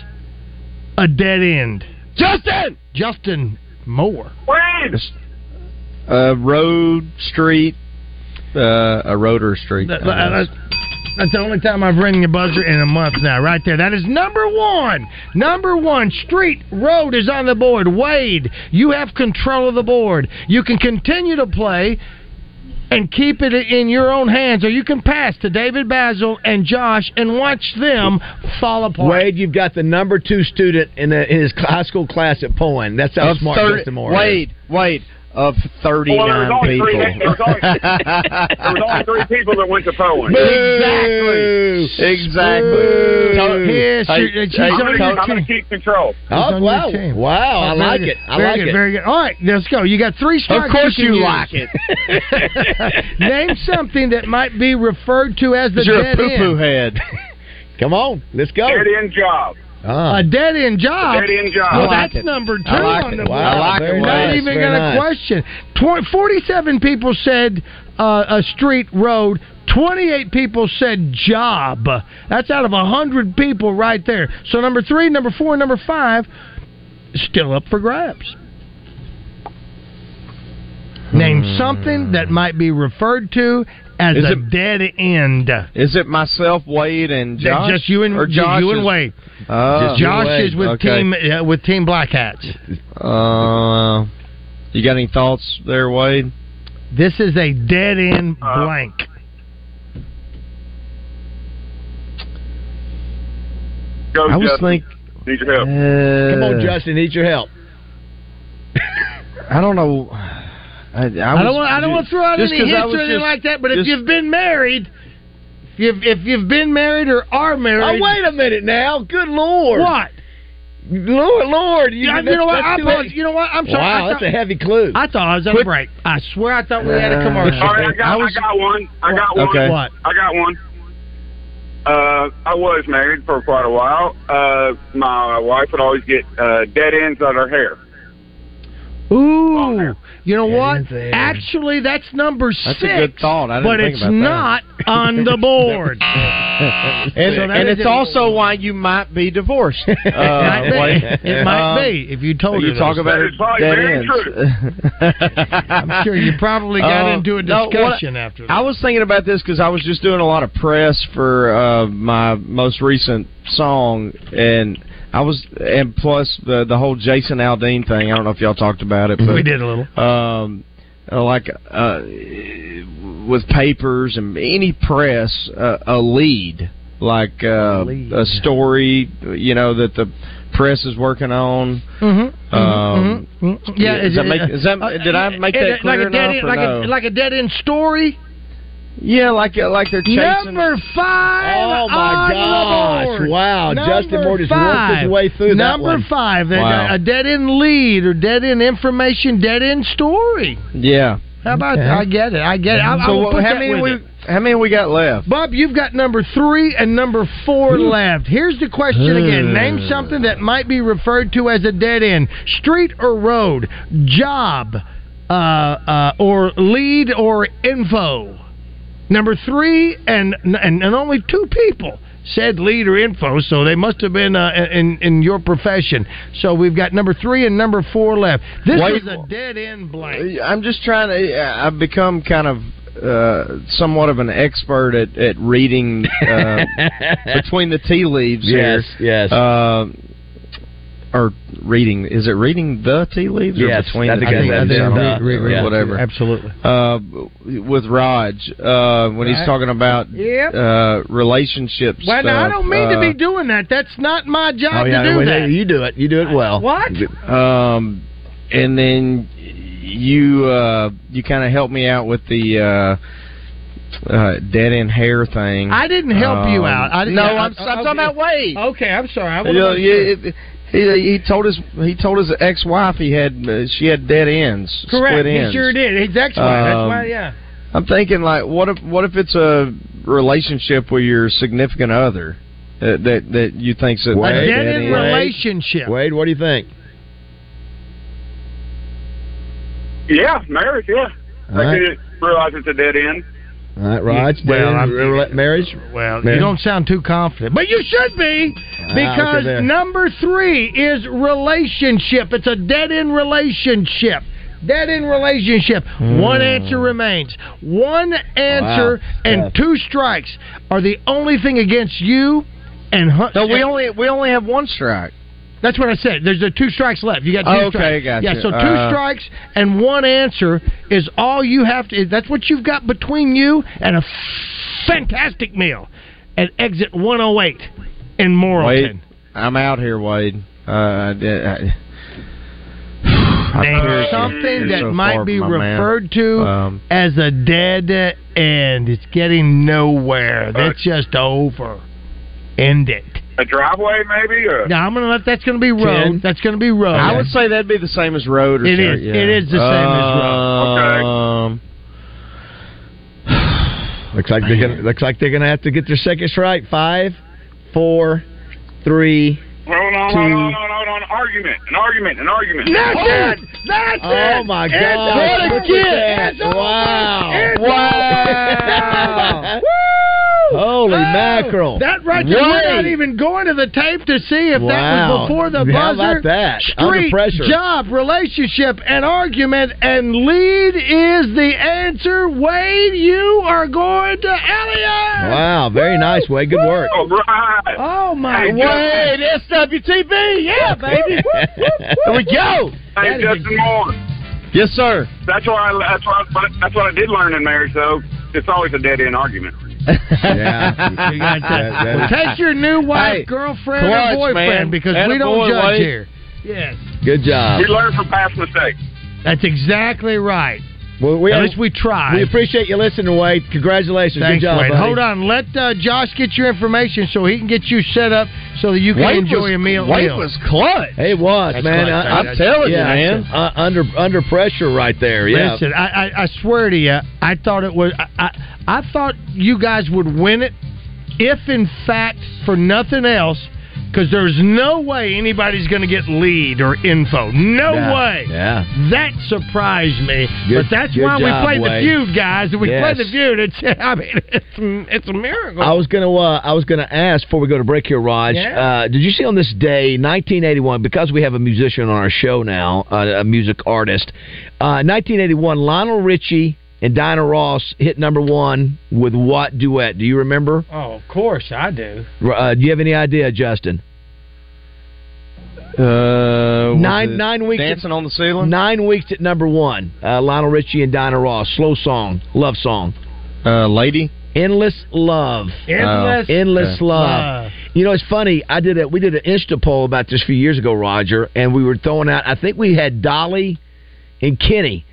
[SPEAKER 3] a dead end. Justin! Justin Moore.
[SPEAKER 5] Uh, road street, uh, a road or street.
[SPEAKER 3] That- that- That's the only time I've ringed a buzzer in a month now, right there. That is number one. Number one. Street Road is on the board. Wade, you have control of the board. You can continue to play and keep it in your own hands, or you can pass to David Basil and Josh and watch them fall apart.
[SPEAKER 2] Wade, you've got the number two student in, the, in his cl- high school class at Poen. That's how
[SPEAKER 5] Of
[SPEAKER 2] smart
[SPEAKER 5] thir-
[SPEAKER 2] Justin Moore is.
[SPEAKER 5] Wade, Wade, of thirty-nine
[SPEAKER 7] Well, there was only
[SPEAKER 5] people.
[SPEAKER 7] three- there was only- There was only three people that went to Poland.
[SPEAKER 5] Exactly. Exactly. Tony-
[SPEAKER 3] Yes,
[SPEAKER 5] Hey,
[SPEAKER 3] you're- she's
[SPEAKER 5] hey,
[SPEAKER 7] I'm
[SPEAKER 3] on
[SPEAKER 7] gonna-
[SPEAKER 3] your
[SPEAKER 7] I'm going
[SPEAKER 3] team.
[SPEAKER 7] to keep control.
[SPEAKER 3] He's on your
[SPEAKER 2] Oh, wow.
[SPEAKER 3] team. Oh,
[SPEAKER 2] Wow, I
[SPEAKER 3] Very
[SPEAKER 2] like
[SPEAKER 3] good.
[SPEAKER 2] it. I
[SPEAKER 3] very
[SPEAKER 2] like
[SPEAKER 3] good,
[SPEAKER 2] it.
[SPEAKER 3] Very good. All right, let's go. You got three strikes.
[SPEAKER 5] Of course
[SPEAKER 3] can
[SPEAKER 5] you
[SPEAKER 3] use.
[SPEAKER 5] like it.
[SPEAKER 3] Name something that might be referred to as the
[SPEAKER 5] 'Cause You're a
[SPEAKER 3] dead
[SPEAKER 5] poo-poo
[SPEAKER 3] end.
[SPEAKER 5] head.
[SPEAKER 2] Come on, let's go.
[SPEAKER 7] Dead end job.
[SPEAKER 2] Ah.
[SPEAKER 3] A dead end job.
[SPEAKER 7] Dead end job.
[SPEAKER 3] Well,
[SPEAKER 5] I like
[SPEAKER 3] that's
[SPEAKER 5] it.
[SPEAKER 3] number two
[SPEAKER 5] I like
[SPEAKER 3] on
[SPEAKER 5] it.
[SPEAKER 3] the
[SPEAKER 5] Wow,
[SPEAKER 3] board.
[SPEAKER 5] I like it,
[SPEAKER 3] Not
[SPEAKER 5] Wade. Nice,
[SPEAKER 3] even
[SPEAKER 2] very
[SPEAKER 3] gonna
[SPEAKER 2] nice.
[SPEAKER 3] question. Tw- Forty-seven people said uh, a street road. Twenty-eight people said job. That's out of hundred people right there. So number three, number four, number five, still up for grabs. Name something that might be referred to as
[SPEAKER 5] Hmm. Is
[SPEAKER 3] a
[SPEAKER 5] it-
[SPEAKER 3] dead end.
[SPEAKER 5] Is it myself, Wade, and
[SPEAKER 3] That-
[SPEAKER 5] Josh?
[SPEAKER 3] Just you and
[SPEAKER 5] or Josh
[SPEAKER 3] you
[SPEAKER 5] is-
[SPEAKER 3] and Wade.
[SPEAKER 5] Oh.
[SPEAKER 3] Josh
[SPEAKER 5] Wade.
[SPEAKER 3] is with
[SPEAKER 5] Okay.
[SPEAKER 3] team uh, with team Black Hats.
[SPEAKER 5] Uh, you got any thoughts there, Wade?
[SPEAKER 3] This is a dead end
[SPEAKER 7] Uh,
[SPEAKER 3] blank.
[SPEAKER 7] Go,
[SPEAKER 5] I was
[SPEAKER 7] Justin.
[SPEAKER 5] think.
[SPEAKER 7] Need your help.
[SPEAKER 2] Come on,
[SPEAKER 5] Uh,
[SPEAKER 2] Justin, need your help.
[SPEAKER 5] I don't know. I, I, was,
[SPEAKER 3] I, don't want I don't want to throw out
[SPEAKER 5] just
[SPEAKER 3] any
[SPEAKER 5] 'cause
[SPEAKER 3] hints
[SPEAKER 5] I
[SPEAKER 3] or
[SPEAKER 5] was
[SPEAKER 3] anything
[SPEAKER 5] just-
[SPEAKER 3] like that. But if
[SPEAKER 5] just-
[SPEAKER 3] you've been married, if you've, if you've been married or are
[SPEAKER 2] Oh,
[SPEAKER 3] married,
[SPEAKER 2] wait a minute now. Good lord.
[SPEAKER 3] what?
[SPEAKER 2] Lord, Lord. You,
[SPEAKER 3] You, you
[SPEAKER 2] that's-
[SPEAKER 3] know what?
[SPEAKER 2] that's
[SPEAKER 3] I
[SPEAKER 2] too late.
[SPEAKER 3] apologize. You know what? I'm sorry.
[SPEAKER 2] Wow,
[SPEAKER 3] I,
[SPEAKER 2] that's a
[SPEAKER 3] thought,
[SPEAKER 2] heavy clue.
[SPEAKER 3] I thought I was on a break. I swear I thought we had a
[SPEAKER 5] Uh,
[SPEAKER 3] commercial.
[SPEAKER 7] All right, I got, I
[SPEAKER 3] was
[SPEAKER 7] got one. I got one.
[SPEAKER 5] Okay.
[SPEAKER 3] what?
[SPEAKER 7] I got one. Uh, I was married for quite a while. Uh, my wife would always get uh, dead ends on her hair.
[SPEAKER 3] Ooh, you know
[SPEAKER 2] Get
[SPEAKER 3] what?
[SPEAKER 2] in there.
[SPEAKER 3] Actually, that's number
[SPEAKER 5] That's
[SPEAKER 3] six.
[SPEAKER 5] a good thought. I didn't
[SPEAKER 3] but
[SPEAKER 5] think
[SPEAKER 3] it's
[SPEAKER 5] about that.
[SPEAKER 3] not on the board.
[SPEAKER 5] And,
[SPEAKER 3] So that
[SPEAKER 5] and
[SPEAKER 3] is
[SPEAKER 5] it's
[SPEAKER 3] it.
[SPEAKER 5] also why you might be divorced. Uh,
[SPEAKER 3] it might
[SPEAKER 5] Wade.
[SPEAKER 3] be. It might
[SPEAKER 5] Um,
[SPEAKER 3] be if you told
[SPEAKER 5] You
[SPEAKER 3] her
[SPEAKER 5] talk
[SPEAKER 3] those.
[SPEAKER 5] about
[SPEAKER 7] That
[SPEAKER 5] it
[SPEAKER 7] is probably
[SPEAKER 5] dead
[SPEAKER 7] very
[SPEAKER 5] ends.
[SPEAKER 3] I'm sure you probably got
[SPEAKER 5] Uh,
[SPEAKER 3] into a
[SPEAKER 5] no, what I-
[SPEAKER 3] discussion after that.
[SPEAKER 5] I was thinking about this because I was just doing a lot of press for uh, my most recent song, and I was, and plus the the whole Jason Aldean thing. I don't know if y'all talked about it, but
[SPEAKER 3] we did a little.
[SPEAKER 5] um, uh, like uh, with papers and any press, uh, a lead like uh, a story, you know, that the press is working on.
[SPEAKER 3] Mm-hmm.
[SPEAKER 5] Um,
[SPEAKER 3] Yeah, uh,
[SPEAKER 5] does that make- is that- did I make that
[SPEAKER 3] like
[SPEAKER 5] clear
[SPEAKER 3] a
[SPEAKER 5] enough
[SPEAKER 3] dead end,
[SPEAKER 5] or
[SPEAKER 3] like,
[SPEAKER 5] no?
[SPEAKER 3] a, like a dead end story?
[SPEAKER 5] Yeah, like uh, like they're chasing-
[SPEAKER 3] number five.
[SPEAKER 2] Oh, my
[SPEAKER 3] on the
[SPEAKER 2] gosh.
[SPEAKER 3] board.
[SPEAKER 2] Wow,
[SPEAKER 3] Number
[SPEAKER 2] Justin Moore just
[SPEAKER 3] five.
[SPEAKER 2] worked his way through that
[SPEAKER 3] number
[SPEAKER 2] one.
[SPEAKER 3] five. There's
[SPEAKER 2] Wow.
[SPEAKER 3] A, a dead end lead or dead end information, dead end story.
[SPEAKER 5] Yeah.
[SPEAKER 3] How about
[SPEAKER 5] Okay. Mm-hmm.
[SPEAKER 3] I get it? I get it. I, I
[SPEAKER 5] So
[SPEAKER 3] will
[SPEAKER 5] what-
[SPEAKER 3] put
[SPEAKER 5] how
[SPEAKER 3] that
[SPEAKER 5] many
[SPEAKER 3] with
[SPEAKER 5] we-
[SPEAKER 3] it.
[SPEAKER 5] how many we got left? Hmm.
[SPEAKER 3] Bob, you've got number three and number four left. Here's the question again. Name something that might be referred to as a dead end street or road, job, uh, uh, or lead or info. Number three, and, and, and only two people said lead or info, so they must have been uh, in, in your profession. So we've got number three and number four left. This
[SPEAKER 5] Wait.
[SPEAKER 3] is a dead end blank.
[SPEAKER 5] Uh, I'm just trying to. I- I've become kind of uh, somewhat of an expert at at reading uh, between the tea leaves.
[SPEAKER 2] Yes,
[SPEAKER 5] here.
[SPEAKER 2] yes.
[SPEAKER 5] Uh, or reading is it reading the tea leaves
[SPEAKER 2] Yes,
[SPEAKER 5] or between
[SPEAKER 2] I think that's-
[SPEAKER 5] the
[SPEAKER 2] that's
[SPEAKER 5] tea
[SPEAKER 2] the-
[SPEAKER 5] leaves?
[SPEAKER 2] re- re- yeah.
[SPEAKER 5] whatever
[SPEAKER 3] absolutely
[SPEAKER 5] uh, with Raj uh, when he's
[SPEAKER 3] Right.
[SPEAKER 5] talking about
[SPEAKER 3] Yep.
[SPEAKER 5] uh, relationships uh,
[SPEAKER 3] Well, now, I don't mean to be doing that. That's not my job to do
[SPEAKER 5] Oh, well,
[SPEAKER 3] that.
[SPEAKER 5] You do it. You do it well.
[SPEAKER 3] What?
[SPEAKER 5] Um, and then you uh, you kind of helped me out with the uh, uh, dead end hair thing.
[SPEAKER 3] I didn't help you
[SPEAKER 5] Um,
[SPEAKER 3] out. I didn't,
[SPEAKER 5] no,
[SPEAKER 3] I,
[SPEAKER 5] I'm, I'm talking about Wade.
[SPEAKER 3] Okay, I'm sorry. I
[SPEAKER 5] You
[SPEAKER 3] wanna
[SPEAKER 5] know,
[SPEAKER 3] make
[SPEAKER 5] yeah,
[SPEAKER 3] sure.
[SPEAKER 5] it- he, he told his he told his ex wife he had uh, she had dead ends.
[SPEAKER 3] Correct.
[SPEAKER 5] Split ends.
[SPEAKER 3] He sure did. He's That's why. That's why.
[SPEAKER 5] Um,
[SPEAKER 3] Yeah.
[SPEAKER 5] I'm thinking like, what if what if it's a relationship with your significant other that that, that you think's a
[SPEAKER 3] a dead end relationship.
[SPEAKER 2] Wade, what do you think?
[SPEAKER 7] Yeah, marriage. Yeah,
[SPEAKER 2] All right.
[SPEAKER 7] I didn't realize it's a dead end.
[SPEAKER 2] All right, Raj.
[SPEAKER 3] Well,
[SPEAKER 2] dead
[SPEAKER 3] I'm-
[SPEAKER 2] end rela- marriage.
[SPEAKER 3] Well,
[SPEAKER 2] marriage?
[SPEAKER 3] You don't sound too confident, but you should be
[SPEAKER 5] Ah,
[SPEAKER 3] because
[SPEAKER 2] there.
[SPEAKER 3] number three is relationship. It's a dead end relationship. Dead end relationship.
[SPEAKER 5] Hmm.
[SPEAKER 3] One answer remains. One answer and two strikes are the only thing against you and Hunt.
[SPEAKER 5] No, we only we only have one strike.
[SPEAKER 3] That's what I said. There's the two strikes left. You got two
[SPEAKER 5] Oh, okay,
[SPEAKER 3] strikes.
[SPEAKER 5] gotcha.
[SPEAKER 3] Yeah, so two
[SPEAKER 5] Uh,
[SPEAKER 3] strikes and one answer is all you have to. That's what you've got between you and a fantastic meal at Exit 108 in Morrilton.
[SPEAKER 5] Wade, I'm out here, Wade. Uh, I, did- I,
[SPEAKER 3] Name
[SPEAKER 5] I'm
[SPEAKER 3] something that
[SPEAKER 5] so
[SPEAKER 3] might
[SPEAKER 5] far
[SPEAKER 3] be
[SPEAKER 5] from my man.
[SPEAKER 3] referred to
[SPEAKER 5] Um,
[SPEAKER 3] as a dead end. It's getting nowhere. That's just over. End it.
[SPEAKER 7] A driveway, maybe. uh, Or
[SPEAKER 3] Now I'm gonna let. That's gonna be road.
[SPEAKER 5] Ten?
[SPEAKER 3] That's gonna be road.
[SPEAKER 5] I would say that'd be the same as road. Or
[SPEAKER 3] It
[SPEAKER 5] something,
[SPEAKER 3] is.
[SPEAKER 5] yeah. Uh,
[SPEAKER 3] It is the same as road.
[SPEAKER 5] Um,
[SPEAKER 3] Um,
[SPEAKER 2] Looks like they're gonna, looks like they're gonna have to get their second strike. Five, four, three.
[SPEAKER 7] hold on,
[SPEAKER 2] Two.
[SPEAKER 7] hold on, hold on, hold on. Argument, an argument, an argument.
[SPEAKER 3] That's
[SPEAKER 7] Oh,
[SPEAKER 3] it. That's it.
[SPEAKER 2] Oh my
[SPEAKER 3] It's
[SPEAKER 2] God!
[SPEAKER 3] over.
[SPEAKER 2] Look at that.
[SPEAKER 3] It's over.
[SPEAKER 2] Wow!
[SPEAKER 3] It's over.
[SPEAKER 2] Wow! Holy mackerel!
[SPEAKER 3] Oh. That right there, we're not
[SPEAKER 2] Wait.
[SPEAKER 3] even going to the tape to see if
[SPEAKER 2] Wow.
[SPEAKER 3] that was before the buzzer.
[SPEAKER 2] How about that? Under
[SPEAKER 3] Street,
[SPEAKER 2] pressure.
[SPEAKER 3] job, relationship, and argument, and lead is the answer. Wade, you are going to Elliot.
[SPEAKER 2] Wow! Very nice, Wade. Good work.
[SPEAKER 7] All right.
[SPEAKER 3] Oh my
[SPEAKER 7] Hey,
[SPEAKER 3] God!
[SPEAKER 5] SWTB, yeah, baby.
[SPEAKER 2] There
[SPEAKER 5] There we go.
[SPEAKER 7] Hey, Justin Moore.
[SPEAKER 5] Yes, sir.
[SPEAKER 7] That's what I. That's what. I, that's what I did learn in marriage, though. It's always a dead end argument.
[SPEAKER 2] Yeah.
[SPEAKER 3] You got that.
[SPEAKER 2] That- that-
[SPEAKER 3] Take your new wife,
[SPEAKER 5] Hey,
[SPEAKER 3] girlfriend,
[SPEAKER 5] clutch,
[SPEAKER 3] or boyfriend
[SPEAKER 5] man.
[SPEAKER 3] because we
[SPEAKER 5] Atta
[SPEAKER 3] don't
[SPEAKER 5] boy,
[SPEAKER 3] judge
[SPEAKER 5] Wade.
[SPEAKER 3] here. Yes,
[SPEAKER 2] Good job.
[SPEAKER 7] We learn from past mistakes.
[SPEAKER 3] that's exactly right.
[SPEAKER 2] Well, we,
[SPEAKER 3] At least we tried.
[SPEAKER 2] we appreciate you listening, Wade. Congratulations.
[SPEAKER 3] Thanks,
[SPEAKER 2] Good job.
[SPEAKER 3] Wade.
[SPEAKER 2] buddy.
[SPEAKER 3] Hold on. Let uh, Josh get your information so he can get you set up so that you can
[SPEAKER 5] Wade
[SPEAKER 3] enjoy
[SPEAKER 5] was,
[SPEAKER 3] a meal.
[SPEAKER 5] Wade
[SPEAKER 3] meal.
[SPEAKER 5] was clutch.
[SPEAKER 2] It was,
[SPEAKER 3] That's
[SPEAKER 2] man.
[SPEAKER 3] right.
[SPEAKER 2] I,
[SPEAKER 5] I'm telling you,
[SPEAKER 2] yeah,
[SPEAKER 5] man.
[SPEAKER 2] uh, under under pressure right there. Yeah.
[SPEAKER 3] Listen, I, I, I swear to you, I thought it was. I, I, I thought you guys would win it, if in fact for nothing else, because there's no way anybody's going to get lead or info. No
[SPEAKER 2] Yeah.
[SPEAKER 3] way.
[SPEAKER 2] Yeah.
[SPEAKER 3] That surprised me,
[SPEAKER 2] Good-
[SPEAKER 3] but that's
[SPEAKER 2] good
[SPEAKER 3] why
[SPEAKER 2] job,
[SPEAKER 3] we played
[SPEAKER 2] Wade.
[SPEAKER 3] the feud, guys. We
[SPEAKER 2] Yes.
[SPEAKER 3] played the feud. It's, I mean, it's it's a miracle.
[SPEAKER 2] I was gonna uh, I was gonna ask before we go to break here, Raj.
[SPEAKER 3] Yeah.
[SPEAKER 2] Uh, did you see on this day, 1981? Because we have a musician on our show now, uh, a music artist. Uh, 1981, Lionel Richie and Dinah Ross hit number one with what duet? Do you remember?
[SPEAKER 3] oh, of course I do.
[SPEAKER 2] Uh, do you have any idea, Justin?
[SPEAKER 5] Uh, was
[SPEAKER 2] Nine-
[SPEAKER 5] it
[SPEAKER 2] nine weeks-
[SPEAKER 5] dancing on the ceiling.
[SPEAKER 2] Nine weeks at number one. Uh, Lionel Richie and Dinah Ross, slow song, love song.
[SPEAKER 5] Uh, lady.
[SPEAKER 2] Endless love.
[SPEAKER 3] Endless
[SPEAKER 2] Oh, endless
[SPEAKER 3] love.
[SPEAKER 2] love. You know, it's funny. I did it. We did an Insta poll about this a few years ago, Roger, and we were throwing out. I think we had Dolly and Kenny,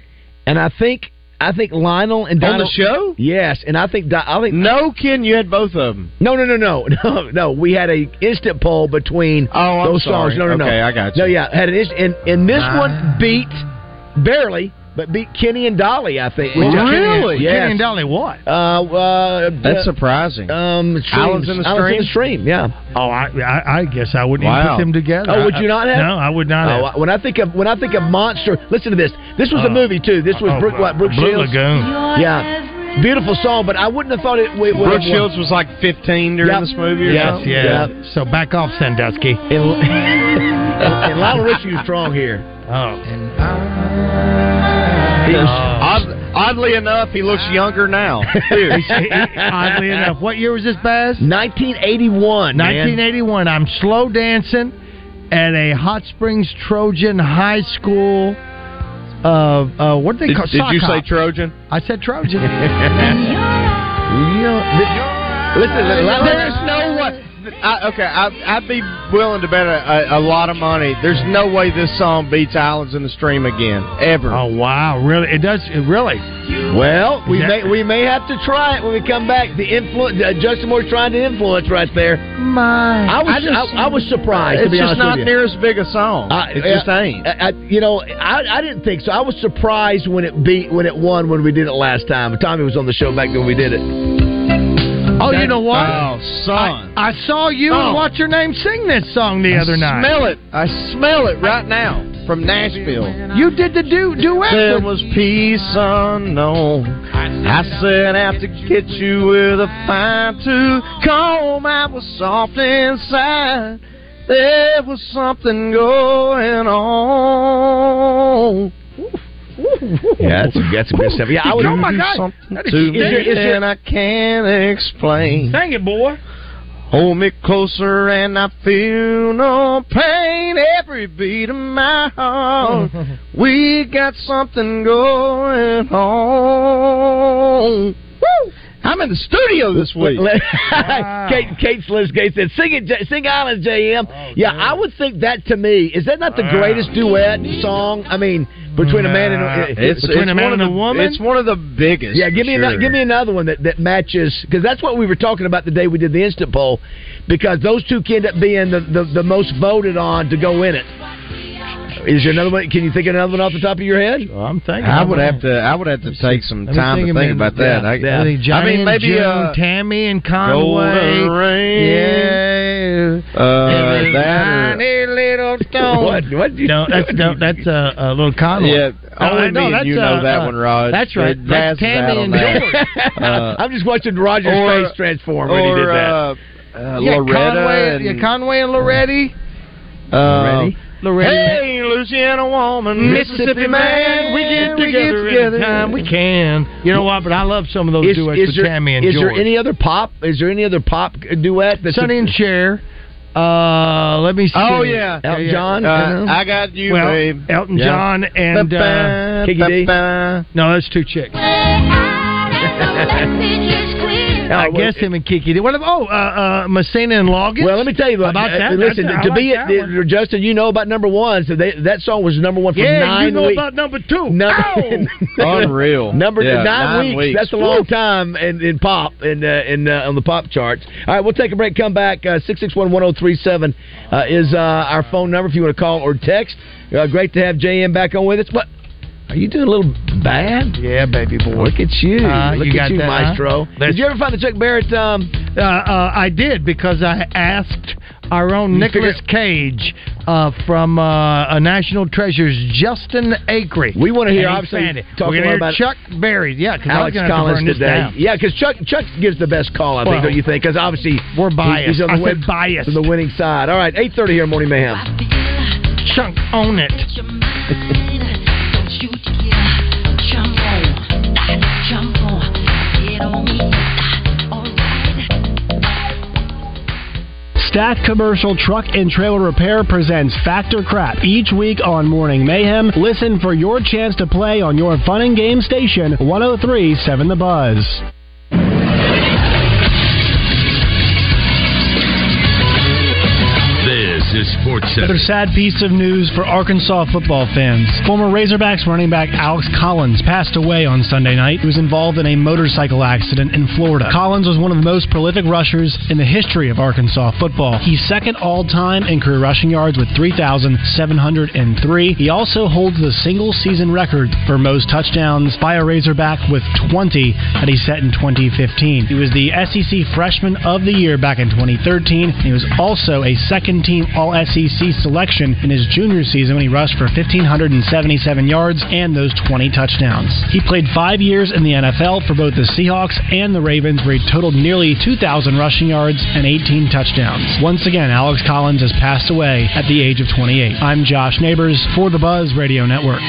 [SPEAKER 2] and I think I think Lionel and
[SPEAKER 5] On the
[SPEAKER 2] Donald,
[SPEAKER 5] show?
[SPEAKER 2] Yes, and I think Do- I think
[SPEAKER 5] no, Ken, you had both of them.
[SPEAKER 2] No, no, no, no, no, no. We had a instant poll between
[SPEAKER 5] Oh, I'm
[SPEAKER 2] those
[SPEAKER 5] sorry.
[SPEAKER 2] songs. No, no,
[SPEAKER 5] Okay,
[SPEAKER 2] no.
[SPEAKER 5] I got
[SPEAKER 2] No,
[SPEAKER 5] you.
[SPEAKER 2] yeah, had an inst- and and this one beat barely, but beat Kenny and Dolly. I think. which I-
[SPEAKER 3] Really?
[SPEAKER 2] Yes.
[SPEAKER 3] Kenny and Dolly, what?
[SPEAKER 2] Uh, uh,
[SPEAKER 3] That's
[SPEAKER 5] surprising.
[SPEAKER 2] Um,
[SPEAKER 3] Islands in the
[SPEAKER 2] Islands in the
[SPEAKER 3] Stream?
[SPEAKER 2] stream. Yeah.
[SPEAKER 3] Oh, I, I, I guess I wouldn't even
[SPEAKER 2] Wow.
[SPEAKER 3] put them together.
[SPEAKER 2] Oh, would you not have?
[SPEAKER 3] No, I would not
[SPEAKER 2] Oh,
[SPEAKER 3] have.
[SPEAKER 2] I- when I think of when I think of monster, listen to this. This was a
[SPEAKER 3] Oh.
[SPEAKER 2] movie too. This was
[SPEAKER 3] Oh,
[SPEAKER 2] Brook, what, Brooke
[SPEAKER 3] Blue
[SPEAKER 2] Shields.
[SPEAKER 3] Lagoon.
[SPEAKER 2] Yeah, beautiful song, but I wouldn't have thought it. would
[SPEAKER 5] Brooke Shields was like 15 during
[SPEAKER 2] Yep.
[SPEAKER 5] this movie. Or
[SPEAKER 3] yes,
[SPEAKER 5] something?
[SPEAKER 3] yes. So back off, Sandusky.
[SPEAKER 2] and Lionel Richie was strong here.
[SPEAKER 5] Uh,
[SPEAKER 3] Oh.
[SPEAKER 5] He was- odd- oddly enough, he looks younger now. too.
[SPEAKER 3] Oddly enough, what year was this, Baz?
[SPEAKER 2] 1981.
[SPEAKER 5] man.
[SPEAKER 3] 1981. I'm slow dancing at a Hot Springs Trojan High School. Uh, uh, what do they
[SPEAKER 5] Did,
[SPEAKER 3] call?
[SPEAKER 5] did
[SPEAKER 3] sock
[SPEAKER 5] you say
[SPEAKER 3] hop.
[SPEAKER 5] Trojan?
[SPEAKER 3] I said Trojan.
[SPEAKER 2] Listen, Lionel-
[SPEAKER 5] there's no way. I, okay, I, I'd be willing to bet a, a, a lot of money. There's no way this song beats "Islands in the Stream" again, ever.
[SPEAKER 3] Oh wow, really? It does, it really.
[SPEAKER 2] Well, we
[SPEAKER 3] Is that-
[SPEAKER 2] may we may have to try it when we come back. The influence, uh, Justin Moore's trying to influence right there.
[SPEAKER 3] My,
[SPEAKER 2] I was I, I was surprised. to
[SPEAKER 5] It's
[SPEAKER 2] be
[SPEAKER 5] just
[SPEAKER 2] honest
[SPEAKER 5] not
[SPEAKER 2] with you.
[SPEAKER 5] near as big a song.
[SPEAKER 2] I-
[SPEAKER 5] it
[SPEAKER 2] yeah,
[SPEAKER 5] just ain't.
[SPEAKER 2] I, I- you know, I, I didn't think so. I was surprised when it beat when it won when we did it last time. Tommy was on the show back when we did it.
[SPEAKER 3] Oh, you know what?
[SPEAKER 5] Oh, son.
[SPEAKER 3] I saw you
[SPEAKER 5] Oh.
[SPEAKER 3] and what's your name sing this song the other night.
[SPEAKER 5] Smell it. I smell it right now from Nashville.
[SPEAKER 3] You did the du- duet.
[SPEAKER 5] There
[SPEAKER 3] with-
[SPEAKER 5] was peace unknown. I set out to get you with a fine tooth comb. I was soft inside. There was something going on.
[SPEAKER 2] Yeah, that's that's good stuff. Yeah, I was.
[SPEAKER 3] Oh my
[SPEAKER 5] Do
[SPEAKER 3] God,
[SPEAKER 5] something
[SPEAKER 3] that is
[SPEAKER 5] to me
[SPEAKER 2] Is there- is there-
[SPEAKER 5] and I can't explain.
[SPEAKER 3] Dang it, boy.
[SPEAKER 5] Hold me closer and I feel no pain. Every beat of my heart, we got something going on. Woo! I'm in the studio this week.
[SPEAKER 3] Wow.
[SPEAKER 2] Kate, Kate's Liz Gates said, "Sing it, J- sing Island JM." yeah, I would think that to me is that not the greatest duet song? I mean, between a man and a-
[SPEAKER 5] It's,
[SPEAKER 3] Between
[SPEAKER 5] it's
[SPEAKER 3] a man
[SPEAKER 5] one
[SPEAKER 3] and
[SPEAKER 5] of
[SPEAKER 3] a
[SPEAKER 5] the,
[SPEAKER 3] woman?
[SPEAKER 5] It's one of the biggest.
[SPEAKER 2] Yeah, give
[SPEAKER 5] for
[SPEAKER 2] me
[SPEAKER 5] sure.
[SPEAKER 2] another, give me another one that, that matches because that's what we were talking about the day we did the instant poll because those two can end up being the, the, the most voted on to go in it. Is there another one? Can you think of another one off the top of your head?
[SPEAKER 3] Well, I'm thinking.
[SPEAKER 5] I would
[SPEAKER 3] I'm-
[SPEAKER 5] have to. I would have to take some
[SPEAKER 3] Let me
[SPEAKER 5] time
[SPEAKER 3] think
[SPEAKER 5] to
[SPEAKER 3] a
[SPEAKER 5] think
[SPEAKER 3] minute.
[SPEAKER 5] about that.
[SPEAKER 2] Yeah,
[SPEAKER 5] I,
[SPEAKER 2] yeah.
[SPEAKER 3] I think
[SPEAKER 5] I
[SPEAKER 3] Johnny
[SPEAKER 5] mean,
[SPEAKER 3] and
[SPEAKER 5] maybe
[SPEAKER 3] June,
[SPEAKER 5] uh,
[SPEAKER 3] Tammy and
[SPEAKER 5] Golden
[SPEAKER 3] Conway.
[SPEAKER 5] Rain.
[SPEAKER 3] Yeah.
[SPEAKER 5] Uh, that or-
[SPEAKER 3] Tiny little stone.
[SPEAKER 2] What? What? did you-
[SPEAKER 3] No, that's no, that's uh, a little Conway.
[SPEAKER 5] Yeah, only
[SPEAKER 3] no,
[SPEAKER 5] me
[SPEAKER 3] that's,
[SPEAKER 5] and you
[SPEAKER 3] uh,
[SPEAKER 5] know that
[SPEAKER 3] uh,
[SPEAKER 5] one, Rod.
[SPEAKER 3] that's right.
[SPEAKER 5] It- Baz
[SPEAKER 3] That's
[SPEAKER 5] is out
[SPEAKER 3] Tammy
[SPEAKER 5] on
[SPEAKER 3] and
[SPEAKER 5] that.
[SPEAKER 3] George.
[SPEAKER 5] Uh,
[SPEAKER 2] I'm just watching Roger's
[SPEAKER 5] or-
[SPEAKER 2] face transform when he did
[SPEAKER 5] or
[SPEAKER 2] that.
[SPEAKER 5] uh, uh,
[SPEAKER 3] yeah,
[SPEAKER 5] Loretta
[SPEAKER 3] Conway,
[SPEAKER 5] and
[SPEAKER 3] yeah, Conway and Loretti.
[SPEAKER 5] uh,
[SPEAKER 3] Loretti.
[SPEAKER 5] Hey, Louisiana woman, Mississippi man,
[SPEAKER 3] we get together, anytime we can. You know what? Uh, But I love some of those
[SPEAKER 2] is,
[SPEAKER 3] duets
[SPEAKER 2] is
[SPEAKER 3] with
[SPEAKER 2] there,
[SPEAKER 3] Tammy and
[SPEAKER 2] is
[SPEAKER 3] George.
[SPEAKER 2] there any other pop? Is there any other pop duet? That's
[SPEAKER 3] Sonny and Cher? Uh, let me see.
[SPEAKER 5] Oh, yeah.
[SPEAKER 2] Elton John.
[SPEAKER 5] Uh,
[SPEAKER 2] you know?
[SPEAKER 5] I got you,
[SPEAKER 3] Well,
[SPEAKER 5] babe.
[SPEAKER 3] Elton
[SPEAKER 5] Yeah.
[SPEAKER 3] John and uh,
[SPEAKER 5] Ba-ba,
[SPEAKER 2] Kiki D.
[SPEAKER 5] ba-ba.
[SPEAKER 3] no, that's two chicks. I
[SPEAKER 2] Oh, well,
[SPEAKER 3] guess him and Kiki did. What about oh uh, uh, Messina and Loggins?
[SPEAKER 2] Well, let me tell you about,
[SPEAKER 3] About that,
[SPEAKER 2] Listen,
[SPEAKER 3] that's-
[SPEAKER 2] to
[SPEAKER 3] I
[SPEAKER 2] be
[SPEAKER 3] like
[SPEAKER 2] it,
[SPEAKER 3] that one.
[SPEAKER 2] Justin, you know about number one. So they, that song was number one for
[SPEAKER 3] yeah,
[SPEAKER 2] nine
[SPEAKER 3] you know
[SPEAKER 2] weeks.
[SPEAKER 3] about number two. Oh.
[SPEAKER 2] Number,
[SPEAKER 5] Unreal.
[SPEAKER 2] Number
[SPEAKER 5] Yeah,
[SPEAKER 2] nine, weeks. That's a long time in, in pop and uh, in uh, on the pop charts. All right, we'll take a break. Come back. uh, Six six one one zero three seven is uh, our phone number if you want to call or text. Uh, great to have JM back on with us. What are you doing? A little bad?
[SPEAKER 3] Yeah, baby boy.
[SPEAKER 2] Look at you.
[SPEAKER 3] Uh,
[SPEAKER 2] Look
[SPEAKER 3] you
[SPEAKER 2] at
[SPEAKER 3] got
[SPEAKER 2] you,
[SPEAKER 3] that, huh?
[SPEAKER 2] Maestro.
[SPEAKER 3] That's-
[SPEAKER 2] Did you ever find the Chuck Barrett? Um,
[SPEAKER 3] Uh, uh, I did because I asked our own
[SPEAKER 2] You
[SPEAKER 3] Nicholas Cage uh, from uh, uh, National Treasures, Justin Acree.
[SPEAKER 2] We wanna hear,
[SPEAKER 3] And he
[SPEAKER 2] obviously,
[SPEAKER 3] found it.
[SPEAKER 2] talking
[SPEAKER 3] We're gonna
[SPEAKER 2] more
[SPEAKER 3] hear
[SPEAKER 2] about-
[SPEAKER 3] Chuck Berry. Yeah, because I was
[SPEAKER 2] Alex
[SPEAKER 3] going to
[SPEAKER 2] Collins
[SPEAKER 3] burn this
[SPEAKER 2] today.
[SPEAKER 3] down.
[SPEAKER 2] Yeah, because Chuck Chuck gives the best call, I think,
[SPEAKER 3] Well,
[SPEAKER 2] don't you think? Because obviously
[SPEAKER 3] We're
[SPEAKER 2] he-
[SPEAKER 3] biased.
[SPEAKER 2] he's on the
[SPEAKER 3] I
[SPEAKER 2] win-
[SPEAKER 3] said biased.
[SPEAKER 2] on the winning side. All right, eight thirty here, morning mayhem.
[SPEAKER 3] Chunk on it.
[SPEAKER 9] Stack Commercial Truck and Trailer Repair presents Factor Crap each week on Morning Mayhem. Listen for your chance oh to play on your fun and game station 1037 The Buzz. Another sad piece of news for Arkansas football fans. Former Razorbacks running back Alex Collins passed away on Sunday night. He was involved in a motorcycle accident in Florida. Collins was one of the most prolific rushers in the history of Arkansas football. He's second all time in career rushing yards with 3,703. He also holds the single season record for most touchdowns by a Razorback with 20 that he set in 2015. He was the SEC Freshman of the Year back in 2013. and He was also a second team All SEC selection in his junior season when he rushed for 1,577 yards and those 20 touchdowns. He played five years in the NFL for both the Seahawks and the Ravens, where he totaled nearly 2,000 rushing yards and 18 touchdowns. Once again, Alex Collins has passed away at the age of 28. I'm Josh Neighbors for the Buzz Radio Network.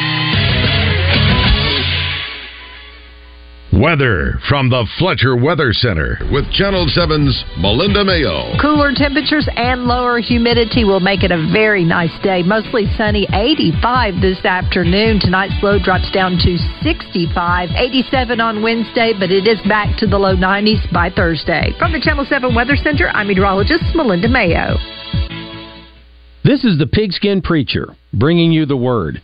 [SPEAKER 1] Weather from the Fletcher Weather Center with Channel 7's Melinda Mayo.
[SPEAKER 10] Cooler temperatures and lower humidity will make it a very nice day. Mostly sunny, 85 this afternoon. Tonight's low drops down to 65, 87 on Wednesday, but it is back to the low 90s by Thursday. From the Channel 7 Weather Center, I'm meteorologist Melinda Mayo.
[SPEAKER 11] This is the Pigskin Preacher bringing you the word.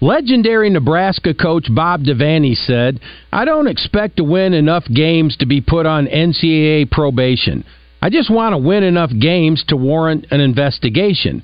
[SPEAKER 11] Legendary Nebraska coach Bob Devaney said, I don't expect to win enough games to be put on NCAA probation. I just want to win enough games to warrant an investigation.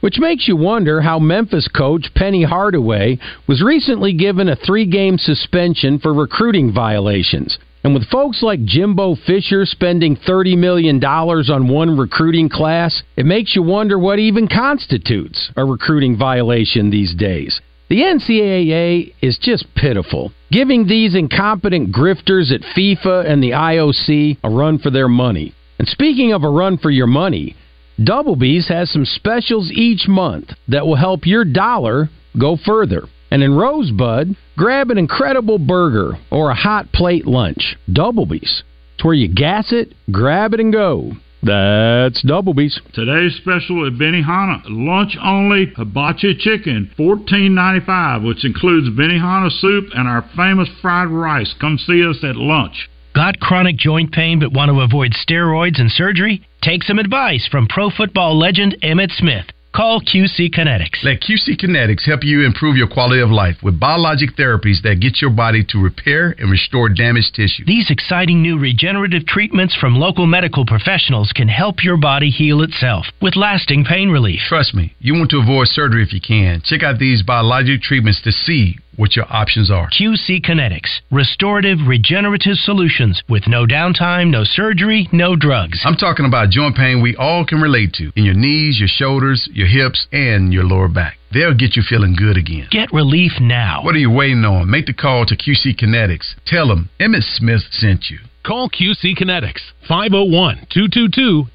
[SPEAKER 11] Which makes you wonder how Memphis coach Penny Hardaway was recently given a three game suspension for recruiting violations. And with folks like Jimbo Fisher spending $30 million on one recruiting class, it makes you wonder what even constitutes a recruiting violation these days. The NCAA is just pitiful, giving these incompetent grifters at FIFA and the IOC a run for their money. And speaking of a run for your money, Doublebees has some specials each month that will help your dollar go further. And in Rosebud, grab an incredible burger or a hot plate lunch. Doublebees. It's where you gas it, grab it, and go. That's Doublebees.
[SPEAKER 12] Today's special at Benihana, lunch only hibachi chicken, fourteen ninety five, which includes Benihana soup and our famous fried rice. Come see us at lunch.
[SPEAKER 13] Got chronic joint pain but want to avoid steroids and surgery? Take some advice from pro football legend Emmett Smith. Call QC Kinetics.
[SPEAKER 14] Let QC Kinetics help you improve your quality of life with biologic therapies that get your body to repair and restore damaged tissue.
[SPEAKER 13] These exciting new regenerative treatments from local medical professionals can help your body heal itself with lasting pain relief.
[SPEAKER 14] Trust me, you want to avoid surgery if you can. Check out these biologic treatments to see what your options are.
[SPEAKER 13] QC Kinetics. Restorative, regenerative solutions with no downtime, no surgery, no drugs.
[SPEAKER 14] I'm talking about joint pain we all can relate to in your knees, your shoulders, your hips, and your lower back. They'll get you feeling good again.
[SPEAKER 13] Get relief now.
[SPEAKER 14] What are you waiting on? Make the call to QC Kinetics. Tell them Emmett Smith sent you.
[SPEAKER 15] Call QC Kinetics 501 222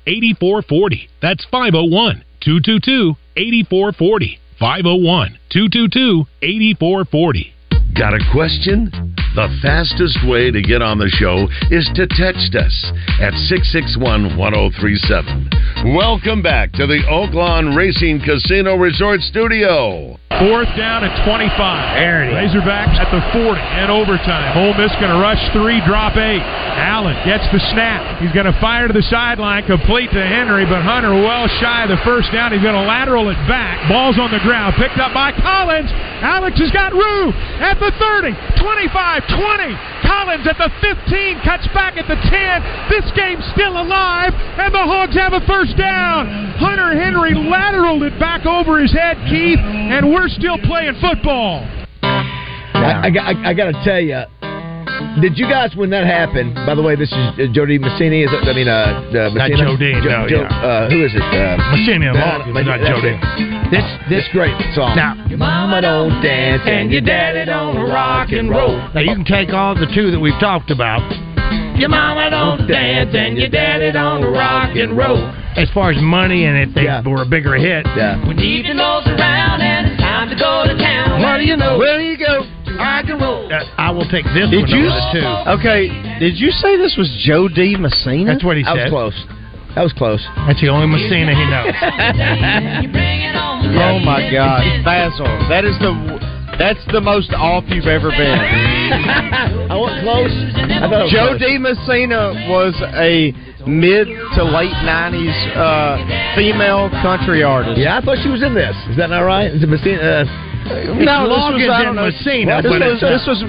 [SPEAKER 15] 8440. That's 501 222 8440. 501 222 8440.
[SPEAKER 1] Got a question? The fastest way to get on the show is to text us at 661 1037. Welcome back to the Oaklawn Racing Casino Resort Studio.
[SPEAKER 16] Fourth down at 25. Razorbacks at the 40 in overtime. Ole Miss going to rush three, drop eight. Allen gets the snap. He's going to fire to the sideline, complete to Henry, but Hunter well shy of the first down. He's going to lateral it back. Ball's on the ground, picked up by Collins. Alex has got Rue at the 30, 25, 20. Collins at the 15, cuts back at the 10. This game's still alive, and the Hogs have a first down. Hunter Henry lateraled it back over his head, Keith, and we're still playing football.
[SPEAKER 2] I, I, got- I, I got to tell you, did you guys when that happened? By the way, this is uh, Jody Messini. Is it? I mean, uh, uh
[SPEAKER 3] Not
[SPEAKER 2] Messina?
[SPEAKER 3] Jodine, no, yeah.
[SPEAKER 2] uh, who is it? Uh,
[SPEAKER 3] Messina,
[SPEAKER 2] uh,
[SPEAKER 3] Lawson, not
[SPEAKER 2] that's
[SPEAKER 3] Jodine.
[SPEAKER 2] it. This this great song.
[SPEAKER 3] Now-
[SPEAKER 2] your mama don't dance and your daddy don't rock and roll.
[SPEAKER 3] Now you can take all the two that we've talked about.
[SPEAKER 8] Your mama don't dance and your daddy don't rock and roll.
[SPEAKER 3] As far as money and if they were a bigger hit.
[SPEAKER 8] When evening rolls around and it's time to go to town.
[SPEAKER 3] What do you know?
[SPEAKER 8] Where you go? I can roll.
[SPEAKER 3] Uh, I will take this
[SPEAKER 5] Did
[SPEAKER 3] one
[SPEAKER 5] you-
[SPEAKER 3] over the two.
[SPEAKER 5] Okay, did you say this was Joe D. Messina? That's
[SPEAKER 3] what he I was said.
[SPEAKER 2] close. That was close.
[SPEAKER 3] That's the only Messina he knows.
[SPEAKER 5] Oh my God, Basil, that is the that's the most off you've ever been.
[SPEAKER 2] I went close. I thought it was close.
[SPEAKER 5] Joe D. Messina was a mid to late 90s uh, female country artist.
[SPEAKER 2] Yeah, I thought she was in this. Is that not right? Is it Messina? Uh,
[SPEAKER 5] no, this was, I don't know, This was, this was